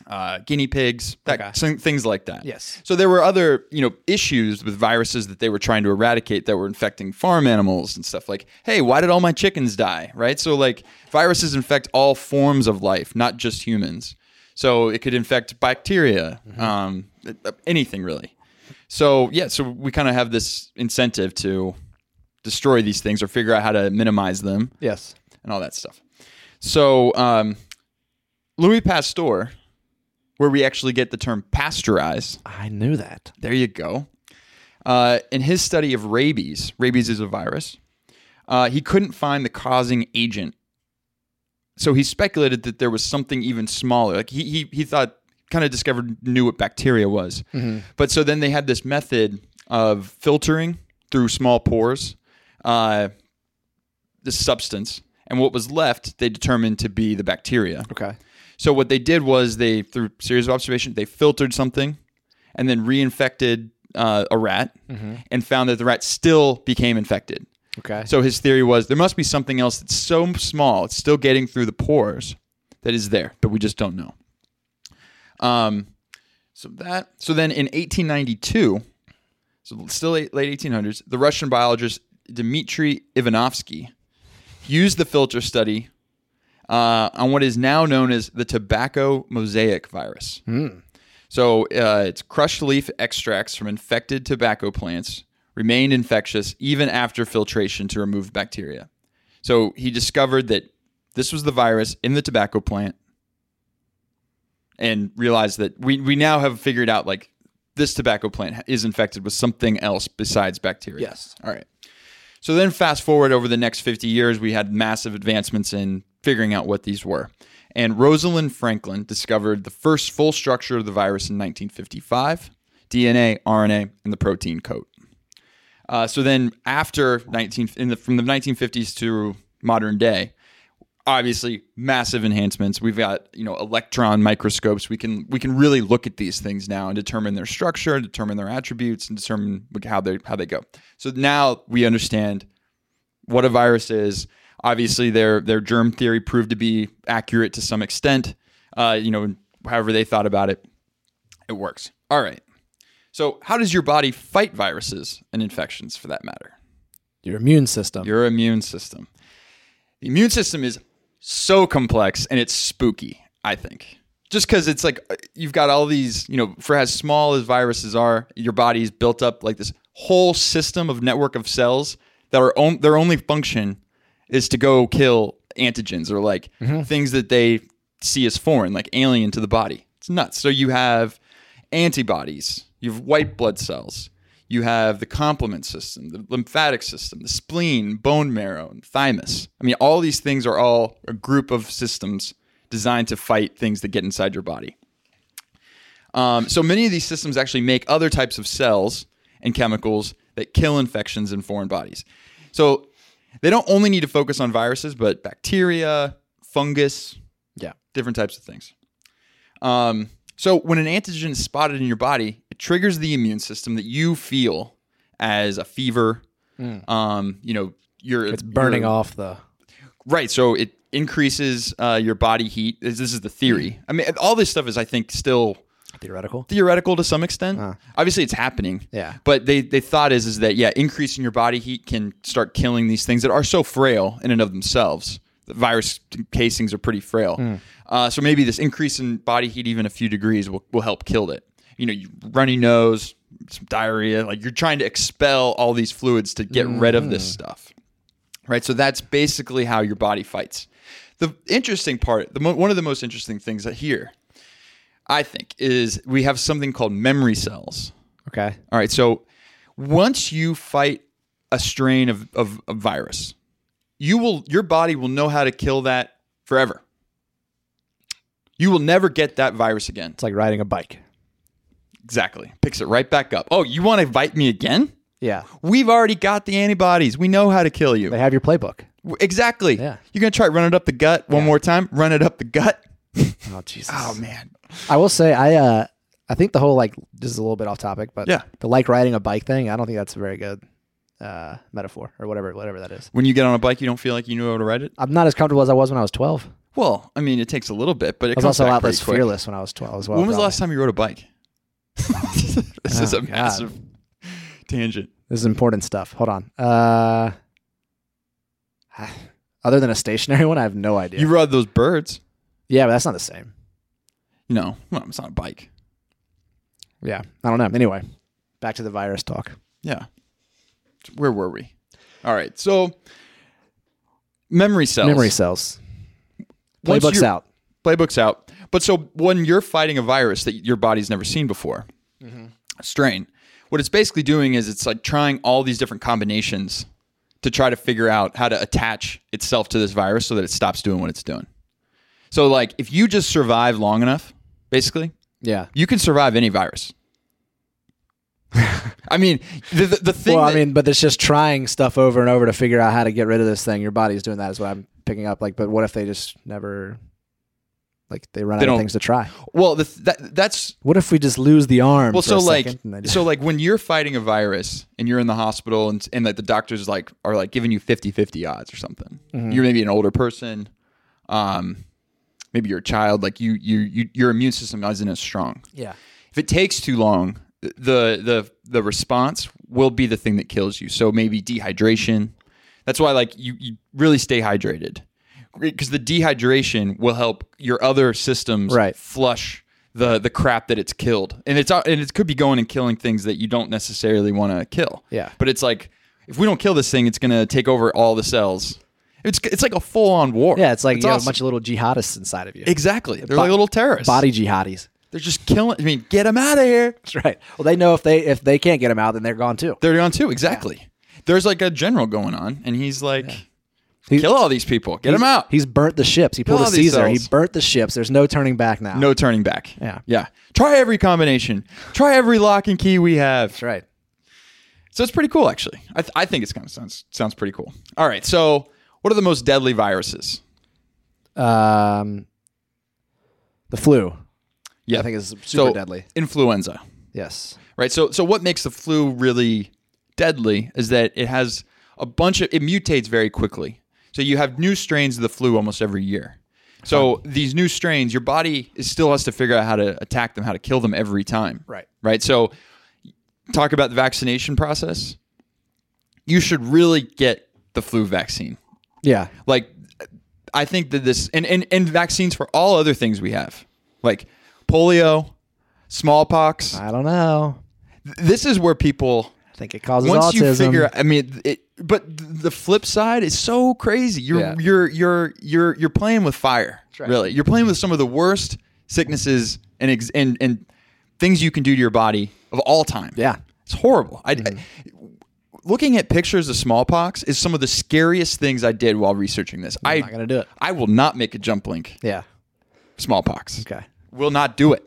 Speaker 2: uh, guinea pigs, that,
Speaker 1: Okay.
Speaker 2: some- things like that.
Speaker 1: Yes.
Speaker 2: So there were other you know issues with viruses that they were trying to eradicate that were infecting farm animals and stuff like, hey, why did all my chickens die? Right. So like viruses infect all forms of life, not just humans. So it could infect bacteria,
Speaker 1: Mm-hmm.
Speaker 2: um, anything really. So yeah, so we kind of have this incentive to destroy these things or figure out how to minimize them
Speaker 1: Yes.
Speaker 2: and all that stuff. So um, Louis Pasteur, where we actually get the term pasteurize.
Speaker 1: I knew that.
Speaker 2: There you go. Uh, in his study of rabies, rabies is a virus. Uh, he couldn't find the causing agent so he speculated that there was something even smaller. Like he he he thought kind of discovered knew what bacteria was. But so then they had this method of filtering through small pores uh, this substance, and what was left they determined to be the bacteria.
Speaker 1: Okay.
Speaker 2: So what they did was they, through series of observation, they filtered something, and then reinfected uh, a rat, and found that the rat still became infected.
Speaker 1: Okay.
Speaker 2: So his theory was there must be something else that's so small, it's still getting through the pores, that is there, but we just don't know. Um, so that so then in 1892, so still late, late 1800s, the Russian biologist Dmitry Ivanovsky used the filter study uh, on what is now known as the tobacco mosaic virus. So uh, it's crushed leaf extracts from infected tobacco plants remained infectious even after filtration to remove bacteria. So he discovered that this was the virus in the tobacco plant and realized that we, we now have figured out like this tobacco plant is infected with something else besides bacteria.
Speaker 1: Yes.
Speaker 2: All right. So then fast forward over the next 50 years, we had massive advancements in figuring out what these were. And Rosalind Franklin discovered the first full structure of the virus in 1955 DNA, RNA, and the protein coat. Uh, so then, after 19 in the, from the 1950s to modern day, obviously massive enhancements. We've got you know electron microscopes. We can we can really look at these things now and determine their structure, determine their attributes, and determine like, how they how they go. So now we understand what a virus is. Obviously, their their germ theory proved to be accurate to some extent. Uh, you know, however they thought about it, it works. All right. So, how does your body fight viruses and infections, for that matter?
Speaker 1: Your immune system.
Speaker 2: Your immune system. The immune system is so complex and it's spooky, I think. Just because it's like uh, you've got all these, you know, for as small as viruses are, your body's built up like this whole system of network of cells that are on, their only function is to go kill antigens or like things that they see as foreign, like alien to the body. It's nuts. So you have antibodies, you have white blood cells, you have the complement system, the lymphatic system, the spleen, bone marrow, and thymus. I mean, all these things are all a group of systems designed to fight things that get inside your body. Um, so many of these systems actually make other types of cells and chemicals that kill infections in foreign bodies. So they don't only need to focus on viruses, but bacteria, fungus,
Speaker 1: yeah.
Speaker 2: different types of things. Um, so when an antigen is spotted in your body, it triggers the immune system that you feel as a fever. Um, you know, you're
Speaker 1: Mm. It's burning
Speaker 2: off.
Speaker 1: off the.
Speaker 2: Right. So it increases uh, your body heat. This this is the
Speaker 1: Mm.
Speaker 2: theory. I mean, all this stuff is, I think, still
Speaker 1: Theoretical.
Speaker 2: theoretical to some extent. Obviously, it's happening.
Speaker 1: Yeah.
Speaker 2: But they, they thought is is that yeah, increasing your body heat can start killing these things that are so frail in and of themselves. The virus casings are pretty frail. Uh, so maybe this increase in body heat, even a few degrees, will, will help kill it. You know, you, runny nose, some diarrhea. Like you're trying to expel all these fluids to get rid of this stuff right? So that's basically how your body fights. The interesting part, the mo- one of the most interesting things that here, I think, is we have something called memory cells.
Speaker 1: Okay.
Speaker 2: All right, so once you fight a strain of, of a virus, you will your body will know how to kill that forever. You will never get that virus again.
Speaker 1: It's like riding a bike.
Speaker 2: Exactly. Picks it right back up. Oh, you want to bite me again?
Speaker 1: Yeah.
Speaker 2: We've already got the antibodies. We know how to kill you.
Speaker 1: They have your playbook.
Speaker 2: Exactly.
Speaker 1: Yeah.
Speaker 2: You're gonna try running up the gut one more time. Run it up the gut.
Speaker 1: Oh Jesus.
Speaker 2: man.
Speaker 1: I will say I uh I think the whole like this is a little bit off topic, but
Speaker 2: Yeah.
Speaker 1: the like riding a bike thing, I don't think that's a very good uh metaphor or whatever whatever that is.
Speaker 2: When you get on a bike, you don't feel like you knew how to ride it.
Speaker 1: I'm not as comfortable as I was when I was twelve.
Speaker 2: Well, I mean, it takes a little bit, but it
Speaker 1: I was
Speaker 2: comes
Speaker 1: also a
Speaker 2: back
Speaker 1: lot
Speaker 2: pretty
Speaker 1: less
Speaker 2: quick.
Speaker 1: fearless when I was twelve as well.
Speaker 2: when was the
Speaker 1: probably.
Speaker 2: last time you rode a bike? this is
Speaker 1: Oh,
Speaker 2: a
Speaker 1: God.
Speaker 2: massive tangent.
Speaker 1: This is important stuff. Hold on. Uh other than a stationary one, I have no idea.
Speaker 2: You rode those birds.
Speaker 1: yeah, but that's not the same.
Speaker 2: You know, well, it's not a bike.
Speaker 1: Yeah. I don't know. Anyway, back to the virus talk.
Speaker 2: Yeah. Where were we? All right. So memory cells.
Speaker 1: Memory cells.
Speaker 2: Once
Speaker 1: Playbooks
Speaker 2: you're-
Speaker 1: out.
Speaker 2: playbook's out. But so when you're fighting a virus that your body's never seen before, a strain, what it's basically doing is it's like trying all these different combinations to try to figure out how to attach itself to this virus so that it stops doing what it's doing. So like if you just survive long enough, basically,
Speaker 1: Yeah.
Speaker 2: you can survive any virus. I mean, the the, the thing.
Speaker 1: Well, I
Speaker 2: that-
Speaker 1: mean, but it's just trying stuff over and over to figure out how to get rid of this thing. Your body's doing that is what I'm picking up. Like, but what if they just never, like, they run
Speaker 2: They
Speaker 1: out of
Speaker 2: don't-
Speaker 1: things to try?
Speaker 2: well, the, that that's
Speaker 1: What if we just lose the arm?
Speaker 2: well.
Speaker 1: for
Speaker 2: So
Speaker 1: a
Speaker 2: like,
Speaker 1: second and they just-
Speaker 2: so like when you're fighting a virus and you're in the hospital and and like the doctors like are like giving you 50-50 odds or something.
Speaker 1: Mm-hmm.
Speaker 2: You're maybe an older person, um, maybe you're a child. Like you you, you your immune system isn't as strong.
Speaker 1: yeah,
Speaker 2: if it takes too long, the the the response will be the thing that kills you. So maybe dehydration. That's why like you, you really stay hydrated because the dehydration will help your other systems
Speaker 1: Right.
Speaker 2: flush the the crap that it's killed. And it's and it could be going and killing things that you don't necessarily want to kill.
Speaker 1: Yeah.
Speaker 2: But it's like if we don't kill this thing, it's going to take over all the cells. It's it's like a full on war.
Speaker 1: yeah. It's like you have a
Speaker 2: awesome.
Speaker 1: bunch of little jihadists inside of you.
Speaker 2: Exactly. They're
Speaker 1: Bo-
Speaker 2: like little terrorists.
Speaker 1: Body jihadis.
Speaker 2: They're just killing I mean, get them out of here.
Speaker 1: That's right. Well, they know if they if they can't get them out, then they're gone too.
Speaker 2: They're on too, exactly. There's like a general going on, and he's like,
Speaker 1: He's-
Speaker 2: kill all these people, get them
Speaker 1: He's-
Speaker 2: out.
Speaker 1: He's burnt the ships. He pulled
Speaker 2: Kill
Speaker 1: a
Speaker 2: all these
Speaker 1: Caesar. He
Speaker 2: cells.
Speaker 1: burnt the ships. There's no turning back now.
Speaker 2: No turning back.
Speaker 1: Yeah.
Speaker 2: Yeah. Try every combination, try every lock and key we have.
Speaker 1: That's right.
Speaker 2: So it's pretty cool, actually. I, th- I think it's kind of sounds, sounds pretty cool. All right. So, what are the most deadly viruses?
Speaker 1: Um, the flu.
Speaker 2: Yeah.
Speaker 1: I think is super
Speaker 2: so,
Speaker 1: deadly.
Speaker 2: Influenza,
Speaker 1: Yes.
Speaker 2: right? So, so what makes the flu really deadly is that it has a bunch of, it mutates very quickly. So, you have new strains of the flu almost every year. So these new strains, your body is still has to figure out how to attack them, how to kill them every time.
Speaker 1: Right.
Speaker 2: Right. So talk about the vaccination process. You should really get the flu vaccine.
Speaker 1: Yeah.
Speaker 2: Like I think that this and, and, and vaccines for all other things we have. Like polio, smallpox.
Speaker 1: I don't know.
Speaker 2: This is where people
Speaker 1: I think it causes
Speaker 2: once
Speaker 1: autism.
Speaker 2: you figure out i mean it but th- the flip side is so crazy you're
Speaker 1: Yeah.
Speaker 2: you're you're you're you're playing with fire
Speaker 1: right.
Speaker 2: really you're playing with some of the worst sicknesses and ex- and and things you can do to your body of all time
Speaker 1: Yeah. Mm-hmm.
Speaker 2: it's horrible I, I- looking at pictures of smallpox is some of the scariest things i did while researching this i
Speaker 1: not gonna do it.
Speaker 2: i will not make a jump link
Speaker 1: yeah.
Speaker 2: smallpox
Speaker 1: Okay.
Speaker 2: will not do it.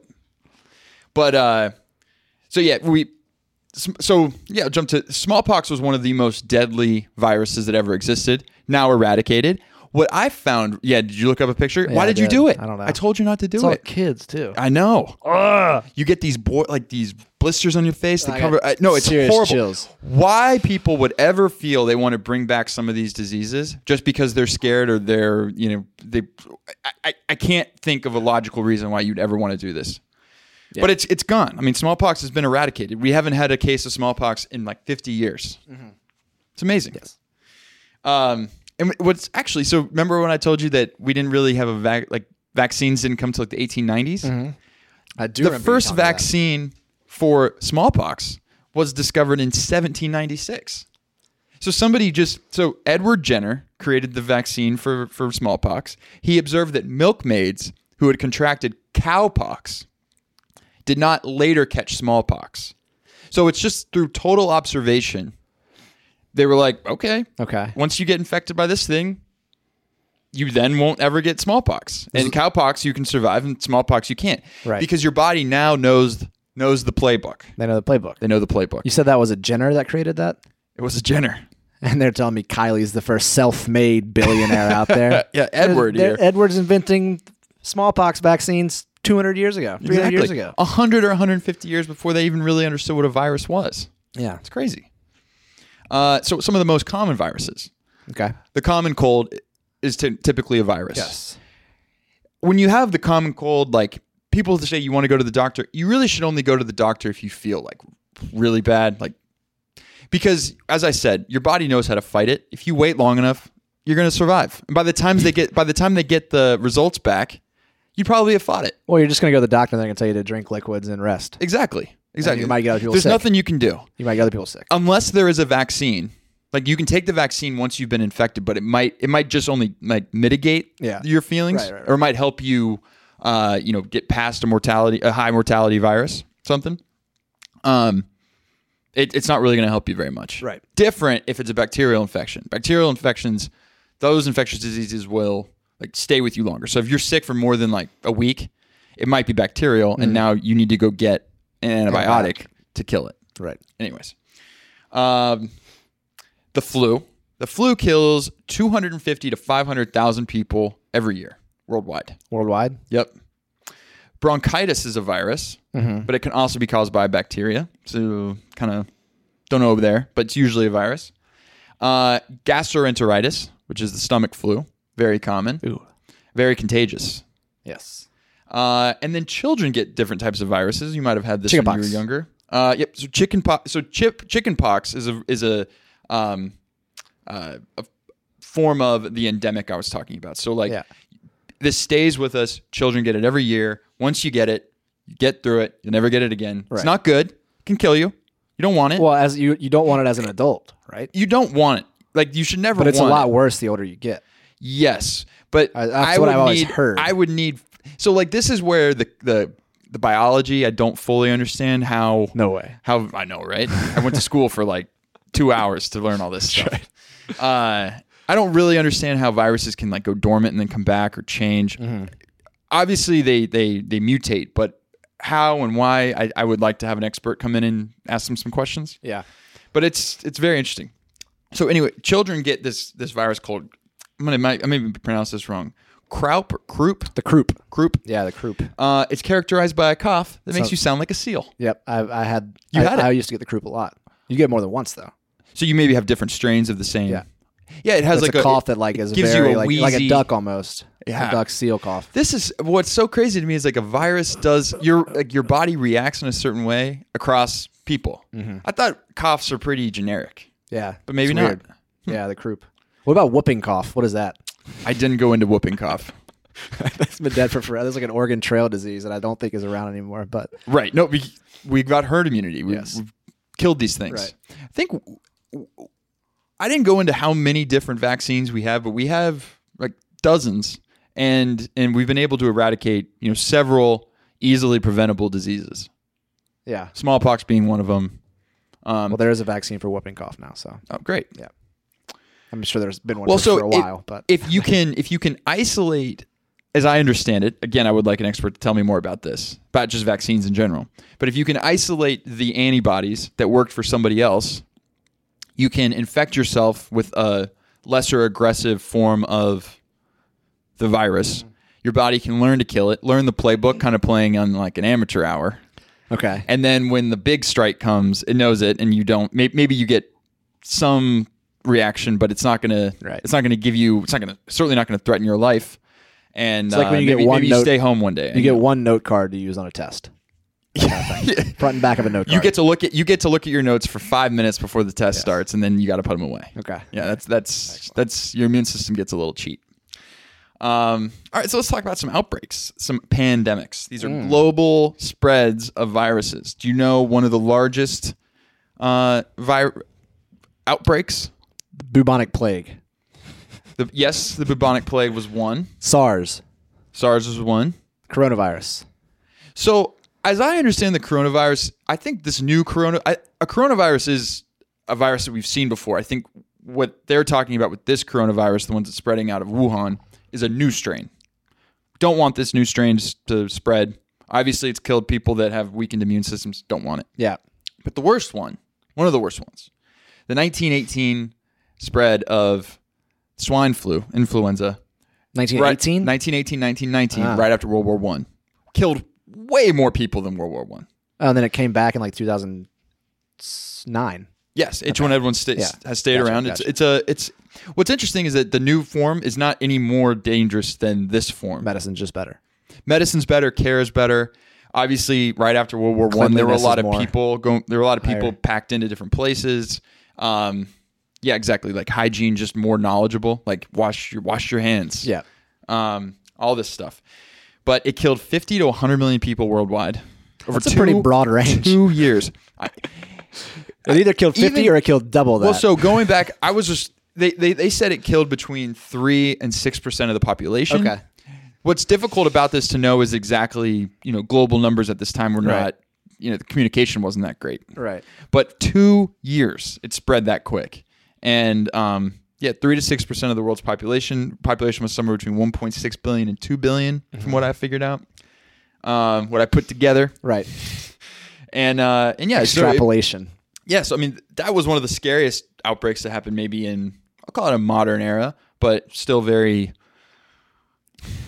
Speaker 2: But uh, so yeah, we so yeah, jump to smallpox was one of the most deadly viruses that ever existed. Now eradicated. What I found, yeah, did you look up a picture? Why
Speaker 1: I
Speaker 2: did, you
Speaker 1: did.
Speaker 2: do it?
Speaker 1: I don't know.
Speaker 2: I told you not to do
Speaker 1: It's all
Speaker 2: it.
Speaker 1: kids too.
Speaker 2: I know. You get these boy like these blisters on your face. They
Speaker 1: I
Speaker 2: cover.
Speaker 1: got
Speaker 2: I, no, it's
Speaker 1: serious
Speaker 2: horrible.
Speaker 1: chills.
Speaker 2: Why people would ever feel they want to bring back some of these diseases just because they're scared or they're you know they I, I, I can't think of a logical reason why you'd ever want to do this. But it's it's gone. I mean, smallpox has been eradicated. We haven't had a case of smallpox in like 50 years.
Speaker 1: Mm-hmm.
Speaker 2: It's amazing. Yes. Um, and what's actually so? Remember when I told you that we didn't really have a vac like vaccines didn't come till like the 1890s?
Speaker 1: Mm-hmm. I do.
Speaker 2: the
Speaker 1: remember you
Speaker 2: first
Speaker 1: telling me that.
Speaker 2: vaccine for smallpox was discovered in 1796. So somebody just so Edward Jenner created the vaccine for for smallpox. He observed that milkmaids who had contracted cowpox did not later catch smallpox. So it's just through total observation they were like, okay,
Speaker 1: Okay.
Speaker 2: once you get infected by this thing, you then won't ever get smallpox. And cowpox you can survive, and smallpox you can't,
Speaker 1: Right.
Speaker 2: Because your body now knows knows the playbook.
Speaker 1: They know the playbook.
Speaker 2: They know the playbook.
Speaker 1: You said that was a Jenner that created that,
Speaker 2: It was a Jenner.
Speaker 1: and they're telling me Kylie's the first self-made billionaire out there.
Speaker 2: Yeah, Edward
Speaker 1: They're-
Speaker 2: here.
Speaker 1: Edward's inventing smallpox vaccines 200 years ago, 300 years ago.
Speaker 2: a hundred or 150 years before they even really understood what a virus was.
Speaker 1: Yeah.
Speaker 2: It's crazy. Uh, so some of the most common viruses.
Speaker 1: Okay.
Speaker 2: The common cold is ty- typically a virus. when you have the common cold, like people say you want to go to the doctor, you really should only go to the doctor if you feel like really bad. Like, because as I said, your body knows how to fight it. If you wait long enough, you're going to survive. And by the time they get, by the time they get the results back, you probably have fought it.
Speaker 1: Well, you're just gonna go to the doctor, and they're gonna tell you to drink liquids and rest.
Speaker 2: Exactly. Exactly.
Speaker 1: you might get other people
Speaker 2: There's
Speaker 1: sick.
Speaker 2: nothing you can do
Speaker 1: You might get other people sick.
Speaker 2: unless there is a vaccine. Like you can take the vaccine once you've been infected, but it might it might just only like mitigate
Speaker 1: Yeah.
Speaker 2: your feelings,
Speaker 1: Right, right, right.
Speaker 2: or it might help you, uh, you know, get past a mortality a high mortality virus something. Um, it, it's not really going to help you very much.
Speaker 1: Right.
Speaker 2: Different if it's a bacterial infection. Bacterial infections, those infectious diseases will like stay with you longer. So if you're sick for more than like a week, it might be bacterial,
Speaker 1: Mm-hmm.
Speaker 2: and now you need to go get an antibiotic to kill it.
Speaker 1: Right.
Speaker 2: Anyways, um, the flu. The flu kills 250 to 500,000 people every year worldwide.
Speaker 1: Worldwide.
Speaker 2: Yep. Bronchitis is a virus,
Speaker 1: Mm-hmm.
Speaker 2: but it can also be caused by bacteria. So kind of don't know over there, but it's usually a virus. Uh, gastroenteritis, which is the stomach flu, very common,
Speaker 1: Ooh.
Speaker 2: very contagious.
Speaker 1: Yes.
Speaker 2: Uh, and then children get different types of viruses. You might have had this when you
Speaker 1: Chickenpox.
Speaker 2: were younger. Uh, yep. So chicken pox. So chip chicken pox is a is a um, uh, a form of the endemic I was talking about. So like
Speaker 1: Yeah.
Speaker 2: this stays with us. Children get it every year. Once you get it, you get through it. You'll never get it again.
Speaker 1: Right.
Speaker 2: It's not good. It can kill you. You don't want it.
Speaker 1: Well, as you you don't want it as an adult, right?
Speaker 2: you don't want it. Like you should never.
Speaker 1: But it's a
Speaker 2: want it.
Speaker 1: lot worse the older you get.
Speaker 2: Yes, but
Speaker 1: Uh, that's
Speaker 2: I
Speaker 1: what
Speaker 2: would
Speaker 1: I've always
Speaker 2: need,
Speaker 1: heard.
Speaker 2: I would need. So like this is where the the the biology I don't fully understand how
Speaker 1: No way.
Speaker 2: how I know right. I went to school for like two hours to learn all this stuff. Uh, I don't really understand how viruses can like go dormant and then come back or change.
Speaker 1: Mm-hmm.
Speaker 2: Obviously they they they mutate, but how and why I, I would like to have an expert come in and ask them some questions
Speaker 1: Yeah.
Speaker 2: but it's it's very interesting. So anyway, children get this this virus called I'm gonna might, I may pronounce this wrong. Croup or croup
Speaker 1: The croup.
Speaker 2: croup.
Speaker 1: Yeah, the croup.
Speaker 2: Uh, it's characterized by a cough that makes
Speaker 1: So-
Speaker 2: you sound like a seal.
Speaker 1: Yep. I, I had.
Speaker 2: You
Speaker 1: I,
Speaker 2: had it.
Speaker 1: I used to get the croup a lot. You get it more than once though.
Speaker 2: So you maybe have different strains of the same.
Speaker 1: Yeah.
Speaker 2: Yeah, it has
Speaker 1: It's
Speaker 2: like
Speaker 1: a cough that like is
Speaker 2: gives you
Speaker 1: very
Speaker 2: a
Speaker 1: like like a
Speaker 2: wheezy-
Speaker 1: duck almost.
Speaker 2: Yeah.
Speaker 1: A duck seal cough.
Speaker 2: This is what's so crazy to me is like a virus does your like your body reacts in a certain way across people. I thought coughs are pretty generic,
Speaker 1: Yeah.
Speaker 2: but maybe
Speaker 1: Mm-hmm. it's
Speaker 2: not.
Speaker 1: weird. Yeah, the croup. Hmm. What about whooping cough? What is that?
Speaker 2: I didn't go into whooping cough.
Speaker 1: That's been dead for forever. That's like an Oregon Trail disease that I don't think is around anymore. But
Speaker 2: Right. No, we we got herd immunity. We,
Speaker 1: Yes.
Speaker 2: We've killed these things.
Speaker 1: Right.
Speaker 2: I think I didn't go into how many different vaccines we have, but we have like dozens, and and we've been able to eradicate you know several easily preventable diseases.
Speaker 1: yeah,
Speaker 2: Smallpox being one of them. Um,
Speaker 1: well, there is a vaccine for whooping cough now, so
Speaker 2: oh, great.
Speaker 1: I'm sure there's been one
Speaker 2: Well,
Speaker 1: for,
Speaker 2: so
Speaker 1: for a
Speaker 2: it-
Speaker 1: while. but
Speaker 2: if you can if you can isolate as i understand it again i would like an expert to tell me more about this about just vaccines in general but if you can isolate the antibodies that worked for somebody else you can infect yourself with a lesser aggressive form of the virus your body can learn to kill it learn the playbook kind of playing on like an amateur hour
Speaker 1: okay,
Speaker 2: and then when the big strike comes, it knows it, and you don't. Maybe, maybe you get some reaction, but it's not gonna.
Speaker 1: Right.
Speaker 2: It's not gonna give you. It's not gonna. Certainly not gonna threaten your life. And
Speaker 1: like
Speaker 2: uh,
Speaker 1: when you get
Speaker 2: maybe,
Speaker 1: one
Speaker 2: maybe you
Speaker 1: note-
Speaker 2: stay home one day.
Speaker 1: you get one note card to use on a test,
Speaker 2: get.
Speaker 1: front and back of a note card.
Speaker 2: you get to look at you get to look at your notes for five minutes before the test starts, and then you got to put them away.
Speaker 1: okay,
Speaker 2: Yeah, that's that's that's your immune system gets a little cheat. Um, all right, so let's talk about some outbreaks, some pandemics. These are global spreads of viruses. Do you know one of the largest uh, vi- outbreaks?
Speaker 1: bubonic plague,
Speaker 2: The, yes, the bubonic plague was one.
Speaker 1: SARS,
Speaker 2: SARS was one.
Speaker 1: coronavirus.
Speaker 2: So, as I understand the coronavirus, I think this new corona I, a coronavirus is a virus that we've seen before. I think what they're talking about with this coronavirus, the ones that's spreading out of Wuhan, is a new strain. Don't want this new strain s- to spread. Obviously, it's killed people that have weakened immune systems. Don't want it.
Speaker 1: Yeah,
Speaker 2: But the worst one, one of the worst ones, the 1918 spread of swine flu, influenza,
Speaker 1: 1918.
Speaker 2: Right, 1918, 1919,
Speaker 1: Ah.
Speaker 2: right after World War One, killed way more people than World War One.
Speaker 1: Oh, and then it came back in like 2009.
Speaker 2: Yes, each one everyone sta-
Speaker 1: Yeah.
Speaker 2: has stayed
Speaker 1: Gotcha,
Speaker 2: around.
Speaker 1: gotcha.
Speaker 2: It's it's a it's what's interesting is that the new form is not any more dangerous than this form.
Speaker 1: Medicine's just better.
Speaker 2: Medicine's better, care is better. Obviously, right after World War One, there were a
Speaker 1: Cleanliness
Speaker 2: lot
Speaker 1: is
Speaker 2: of
Speaker 1: more
Speaker 2: people going. There were a lot of people
Speaker 1: higher.
Speaker 2: packed into different places. Um, yeah, exactly. Like hygiene, just more knowledgeable. Like wash your wash your hands.
Speaker 1: Yeah,
Speaker 2: um, all this stuff. But it killed 50 to 100 million people worldwide over
Speaker 1: That's a pretty broad range.
Speaker 2: Two years. I-
Speaker 1: it either killed 50
Speaker 2: even-
Speaker 1: or it killed double that.
Speaker 2: well, so going back, I was just they, they they said it killed between three and six percent of the population.
Speaker 1: Okay.
Speaker 2: What's difficult about this to know is exactly you know global numbers at this time were
Speaker 1: Right.
Speaker 2: not you know the communication wasn't that great.
Speaker 1: right.
Speaker 2: But two years it spread that quick, and um, yeah, three to six percent of the world's population. Population was somewhere between 1.6 billion and 2 billion, from what I figured out. Um, what I put together,
Speaker 1: Right.
Speaker 2: and uh, and yeah, so it-
Speaker 1: Extrapolation.
Speaker 2: yeah, so I mean, that was one of the scariest outbreaks that happened, maybe in I'll call it a modern era, but still very.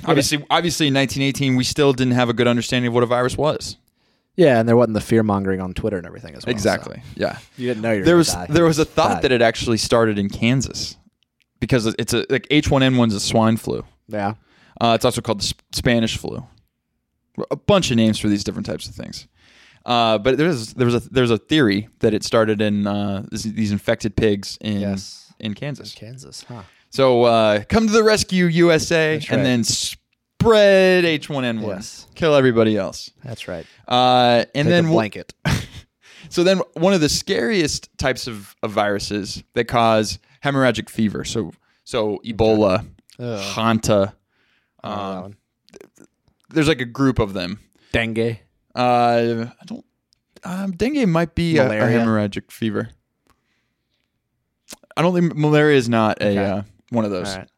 Speaker 2: Obviously, obviously, in 1918, we still didn't have a good understanding of what a virus was.
Speaker 1: yeah, and there wasn't the fear mongering on Twitter and everything as well. so
Speaker 2: Yeah.
Speaker 1: you didn't know you were
Speaker 2: There
Speaker 1: gonna
Speaker 2: was
Speaker 1: die.
Speaker 2: there was a thought
Speaker 1: Die.
Speaker 2: that it actually started in Kansas, because it's a like H1N1 is a swine flu.
Speaker 1: Yeah.
Speaker 2: Uh, it's also called the Sp- Spanish flu. A bunch of names for these different types of things. Uh, but there's there's a there's a theory that it started in uh, this, these infected pigs in
Speaker 1: Yes.
Speaker 2: in Kansas.
Speaker 1: Kansas, huh?
Speaker 2: So uh, come to the rescue, USA,
Speaker 1: That's
Speaker 2: and
Speaker 1: right.
Speaker 2: then spread H1N1.
Speaker 1: Yes.
Speaker 2: Kill everybody else.
Speaker 1: That's right.
Speaker 2: Uh,
Speaker 1: Take
Speaker 2: and then
Speaker 1: a
Speaker 2: w-
Speaker 1: blanket.
Speaker 2: so then one of the scariest types of, of viruses that cause hemorrhagic fever. So so Ebola,
Speaker 1: Ugh.
Speaker 2: Hanta.
Speaker 1: Oh, that
Speaker 2: Um,
Speaker 1: one.
Speaker 2: there's like a group of them.
Speaker 1: Dengue.
Speaker 2: Uh, I don't. Um, dengue might be a, a
Speaker 1: Malaria?
Speaker 2: hemorrhagic fever. I don't think malaria is not a
Speaker 1: Okay.
Speaker 2: uh, one of
Speaker 1: All
Speaker 2: those.
Speaker 1: right.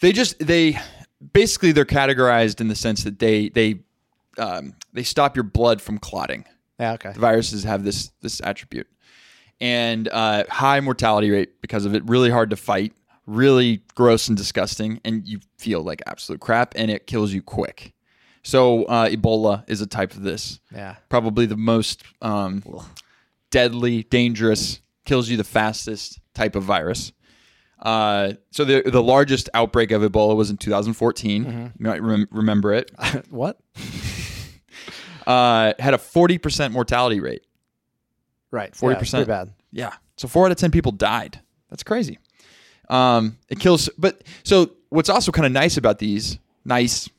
Speaker 2: They just they basically they're categorized in the sense that they they um, they stop your blood from clotting.
Speaker 1: Yeah, okay.
Speaker 2: The viruses have this this attribute, and uh, high mortality rate because of it. Really hard to fight. Really gross and disgusting, and you feel like absolute crap, and it kills you quick. So uh, Ebola is a type of this
Speaker 1: Yeah.
Speaker 2: probably the most um, deadly, dangerous, kills you the fastest type of virus. Uh, so the the largest outbreak of Ebola was in 2014. You might rem- remember it.
Speaker 1: what?
Speaker 2: Uh, it had a 40% mortality rate.
Speaker 1: Right. yeah,
Speaker 2: 40%.
Speaker 1: pretty bad.
Speaker 2: Yeah. So four out of ten people died. That's crazy. Um, it kills. But so what's also kind of nice about these, nice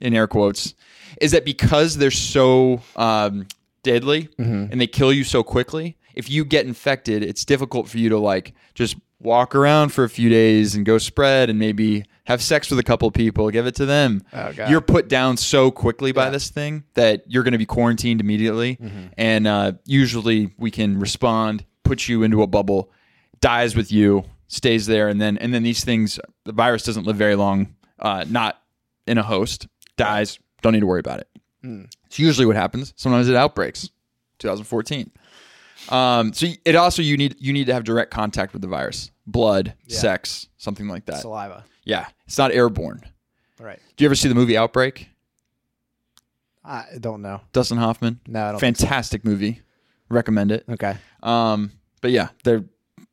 Speaker 2: in air quotes, is that because they're so um, deadly
Speaker 1: Mm-hmm.
Speaker 2: and they kill you so quickly, if you get infected, it's difficult for you to like just walk around for a few days and go spread and maybe have sex with a couple people, give it to them.
Speaker 1: Oh, God.
Speaker 2: You're put down so quickly by this thing that you're going to be quarantined immediately.
Speaker 1: Mm-hmm.
Speaker 2: And uh, usually we can respond, put you into a bubble, dies with you, stays there, and then and then these things. The virus doesn't live very long. Uh, not in a host, dies. Don't need to worry about it. It's usually what happens. Sometimes it outbreaks. 2014. Um, so it also you need you need to have direct contact with the virus, blood, sex, something like that.
Speaker 1: Saliva.
Speaker 2: Yeah, it's not airborne.
Speaker 1: All right.
Speaker 2: Do you ever see the movie Outbreak?
Speaker 1: I don't know.
Speaker 2: Dustin Hoffman.
Speaker 1: No, I don't think
Speaker 2: fantastic movie. Recommend it.
Speaker 1: Okay.
Speaker 2: Um, but yeah, they're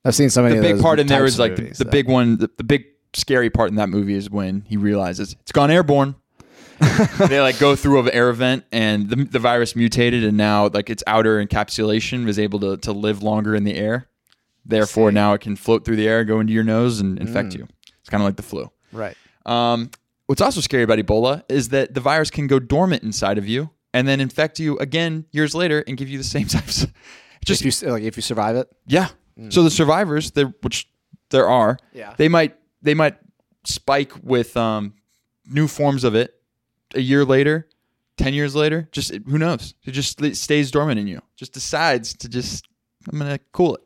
Speaker 1: I've seen so many
Speaker 2: the
Speaker 1: of
Speaker 2: big
Speaker 1: those
Speaker 2: part in there
Speaker 1: types
Speaker 2: is
Speaker 1: of
Speaker 2: like the,
Speaker 1: movies,
Speaker 2: the
Speaker 1: so.
Speaker 2: big one the, the big scary part in that movie is when he realizes it's gone airborne they like go through an air event and the, the virus mutated and now like its outer encapsulation was able to, to live longer in the air therefore now it can float through the air go into your nose and infect
Speaker 1: Mm.
Speaker 2: you it's kind of like the flu
Speaker 1: Right.
Speaker 2: um, what's also scary about Ebola is that the virus can go dormant inside of you and then infect you again years later and give you the same types just
Speaker 1: If you s- like if you survive it.
Speaker 2: yeah.
Speaker 1: Mm.
Speaker 2: So the survivors, there which there are,
Speaker 1: Yeah.
Speaker 2: they might they might spike with um, new forms of it a year later, ten years later. Just who knows? It just it stays dormant in you. Just decides to just I'm gonna cool it.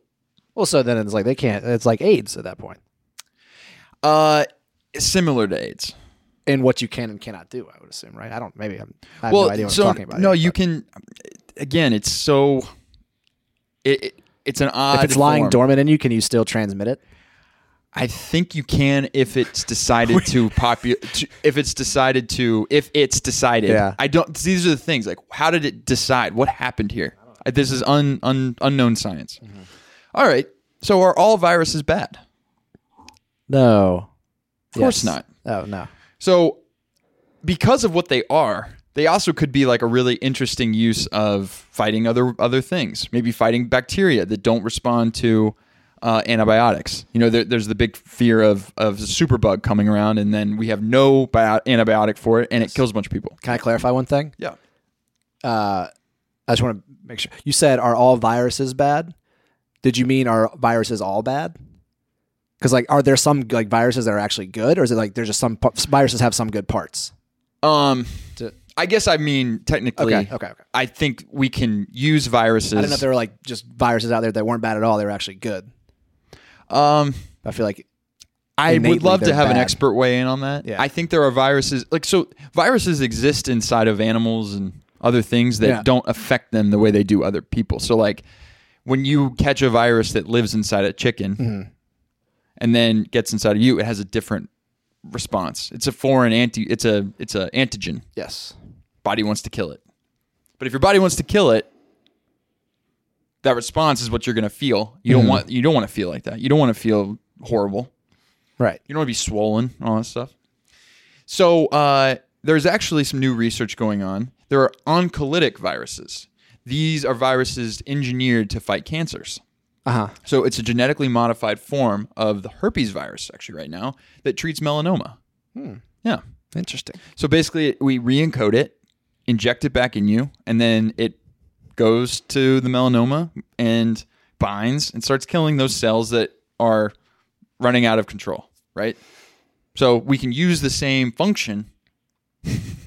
Speaker 1: Well, so then it's like they can't. It's like AIDS at that point,
Speaker 2: Uh, similar to AIDS.
Speaker 1: and what you can and cannot do. I would assume, right? I don't. Maybe I'm, I have
Speaker 2: well,
Speaker 1: no idea what
Speaker 2: so
Speaker 1: I'm talking about.
Speaker 2: no,
Speaker 1: here,
Speaker 2: you
Speaker 1: but
Speaker 2: can. Again, it's so. It, it it's an odd.
Speaker 1: If it's lying
Speaker 2: form.
Speaker 1: dormant in you, can you still transmit it?
Speaker 2: I think you can if it's decided to popu- to if it's decided to if it's decided.
Speaker 1: Yeah.
Speaker 2: I don't these are the things like how did it decide what happened here? Uh, This is un, un unknown science. All right. So are all viruses bad?
Speaker 1: No. Of
Speaker 2: course not.
Speaker 1: Oh no.
Speaker 2: So because of what they are, they also could be like a really interesting use of fighting other other things. Maybe fighting bacteria that don't respond to uh, antibiotics. You know, there, there's the big fear of of the superbug coming around, and then we have no bio- antibiotic for it, and it kills a bunch of people.
Speaker 1: Can I clarify one thing?
Speaker 2: Yeah.
Speaker 1: Uh, I just want to make sure. You said, "Are all viruses bad?" Did you mean are viruses all bad? Because like, are there some like viruses that are actually good, or is it like there's just some par- viruses have some good parts?
Speaker 2: Um.
Speaker 1: To-
Speaker 2: I guess I mean technically.
Speaker 1: Okay, okay, okay.
Speaker 2: I think we can use viruses.
Speaker 1: I don't know if there were like just viruses out there that weren't bad at all. They were actually good.
Speaker 2: Um,
Speaker 1: I feel like
Speaker 2: I
Speaker 1: innately
Speaker 2: would love to
Speaker 1: they're
Speaker 2: have an
Speaker 1: bad.
Speaker 2: expert weigh in on that.
Speaker 1: Yeah.
Speaker 2: I think there are viruses like so viruses exist inside of animals and other things that
Speaker 1: Yeah.
Speaker 2: don't affect them the way they do other people. So like when you catch a virus that lives inside a chicken
Speaker 1: Mm-hmm.
Speaker 2: and then gets inside of you, it has a different response. It's a foreign anti it's a it's a antigen.
Speaker 1: yes,
Speaker 2: Body wants to kill it. But if your body wants to kill it, that response is what you're going to feel. You
Speaker 1: Mm-hmm.
Speaker 2: don't want you don't want to feel like that. You don't want to feel horrible.
Speaker 1: right.
Speaker 2: You don't want to be swollen, all that stuff. So uh, there's actually some new research going on. There are oncolytic viruses. These are viruses engineered to fight cancers.
Speaker 1: Uh huh.
Speaker 2: So it's a genetically modified form of the herpes virus, actually, right now that treats melanoma. Yeah.
Speaker 1: Interesting.
Speaker 2: So basically, we re-encode it, inject it back in you, and then it goes to the melanoma and binds and starts killing those cells that are running out of control, right? So we can use the same function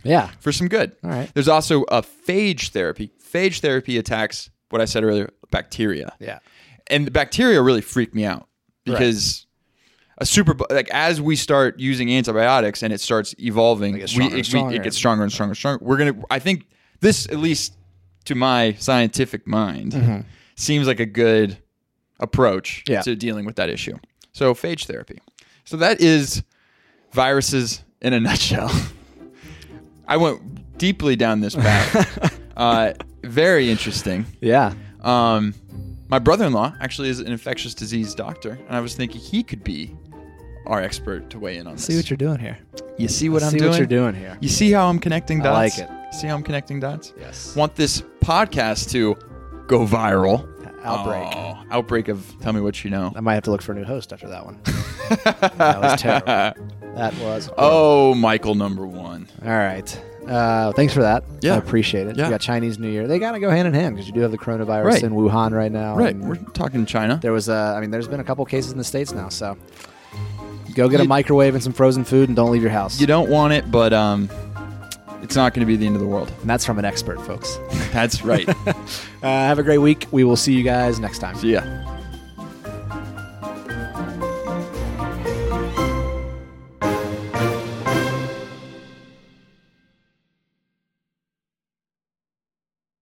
Speaker 1: Yeah.
Speaker 2: for some good.
Speaker 1: All right.
Speaker 2: There's also a phage therapy. Phage therapy attacks what I said earlier, bacteria
Speaker 1: Yeah.
Speaker 2: and the bacteria really freaked me out because a super like as we start using antibiotics and it starts evolving,
Speaker 1: gets
Speaker 2: we,
Speaker 1: stronger
Speaker 2: it,
Speaker 1: and
Speaker 2: we-
Speaker 1: stronger.
Speaker 2: it gets stronger and stronger and stronger. We're gonna, I think this at least to my scientific mind seems like a good approach
Speaker 1: Mm-hmm. Yeah.
Speaker 2: to dealing with that issue. So phage therapy. So that is viruses in a nutshell. I went deeply down this path. uh, very interesting.
Speaker 1: Yeah.
Speaker 2: Um, my brother-in-law actually is an infectious disease doctor, and I was thinking he could be our expert to weigh in on this.
Speaker 1: See what you're doing here.
Speaker 2: you see what I'm
Speaker 1: See
Speaker 2: doing?
Speaker 1: what you're doing here.
Speaker 2: You see how I'm connecting
Speaker 1: I like
Speaker 2: dots?
Speaker 1: it.
Speaker 2: You see how I'm connecting dots?
Speaker 1: Yes.
Speaker 2: Want this podcast to go viral?
Speaker 1: Outbreak.
Speaker 2: Oh, outbreak of tell me what you know.
Speaker 1: I might have to look for a new host after that one. that was terrible. That was.
Speaker 2: Oh, Michael number one.
Speaker 1: All right. Uh, thanks for that.
Speaker 2: Yeah.
Speaker 1: I appreciate it.
Speaker 2: Yeah.
Speaker 1: You got Chinese New Year. They got to go hand in hand because you do have the coronavirus
Speaker 2: Right.
Speaker 1: in Wuhan right now.
Speaker 2: Right,
Speaker 1: and
Speaker 2: we're talking China.
Speaker 1: There was a, I mean, there's been a couple cases in the States now, so go get a microwave and some frozen food and don't leave your house.
Speaker 2: You don't want it, but um, it's not going to be the end of the world.
Speaker 1: and that's from an expert, folks.
Speaker 2: That's right.
Speaker 1: Uh, have a great week. We will see you guys next time.
Speaker 2: see ya.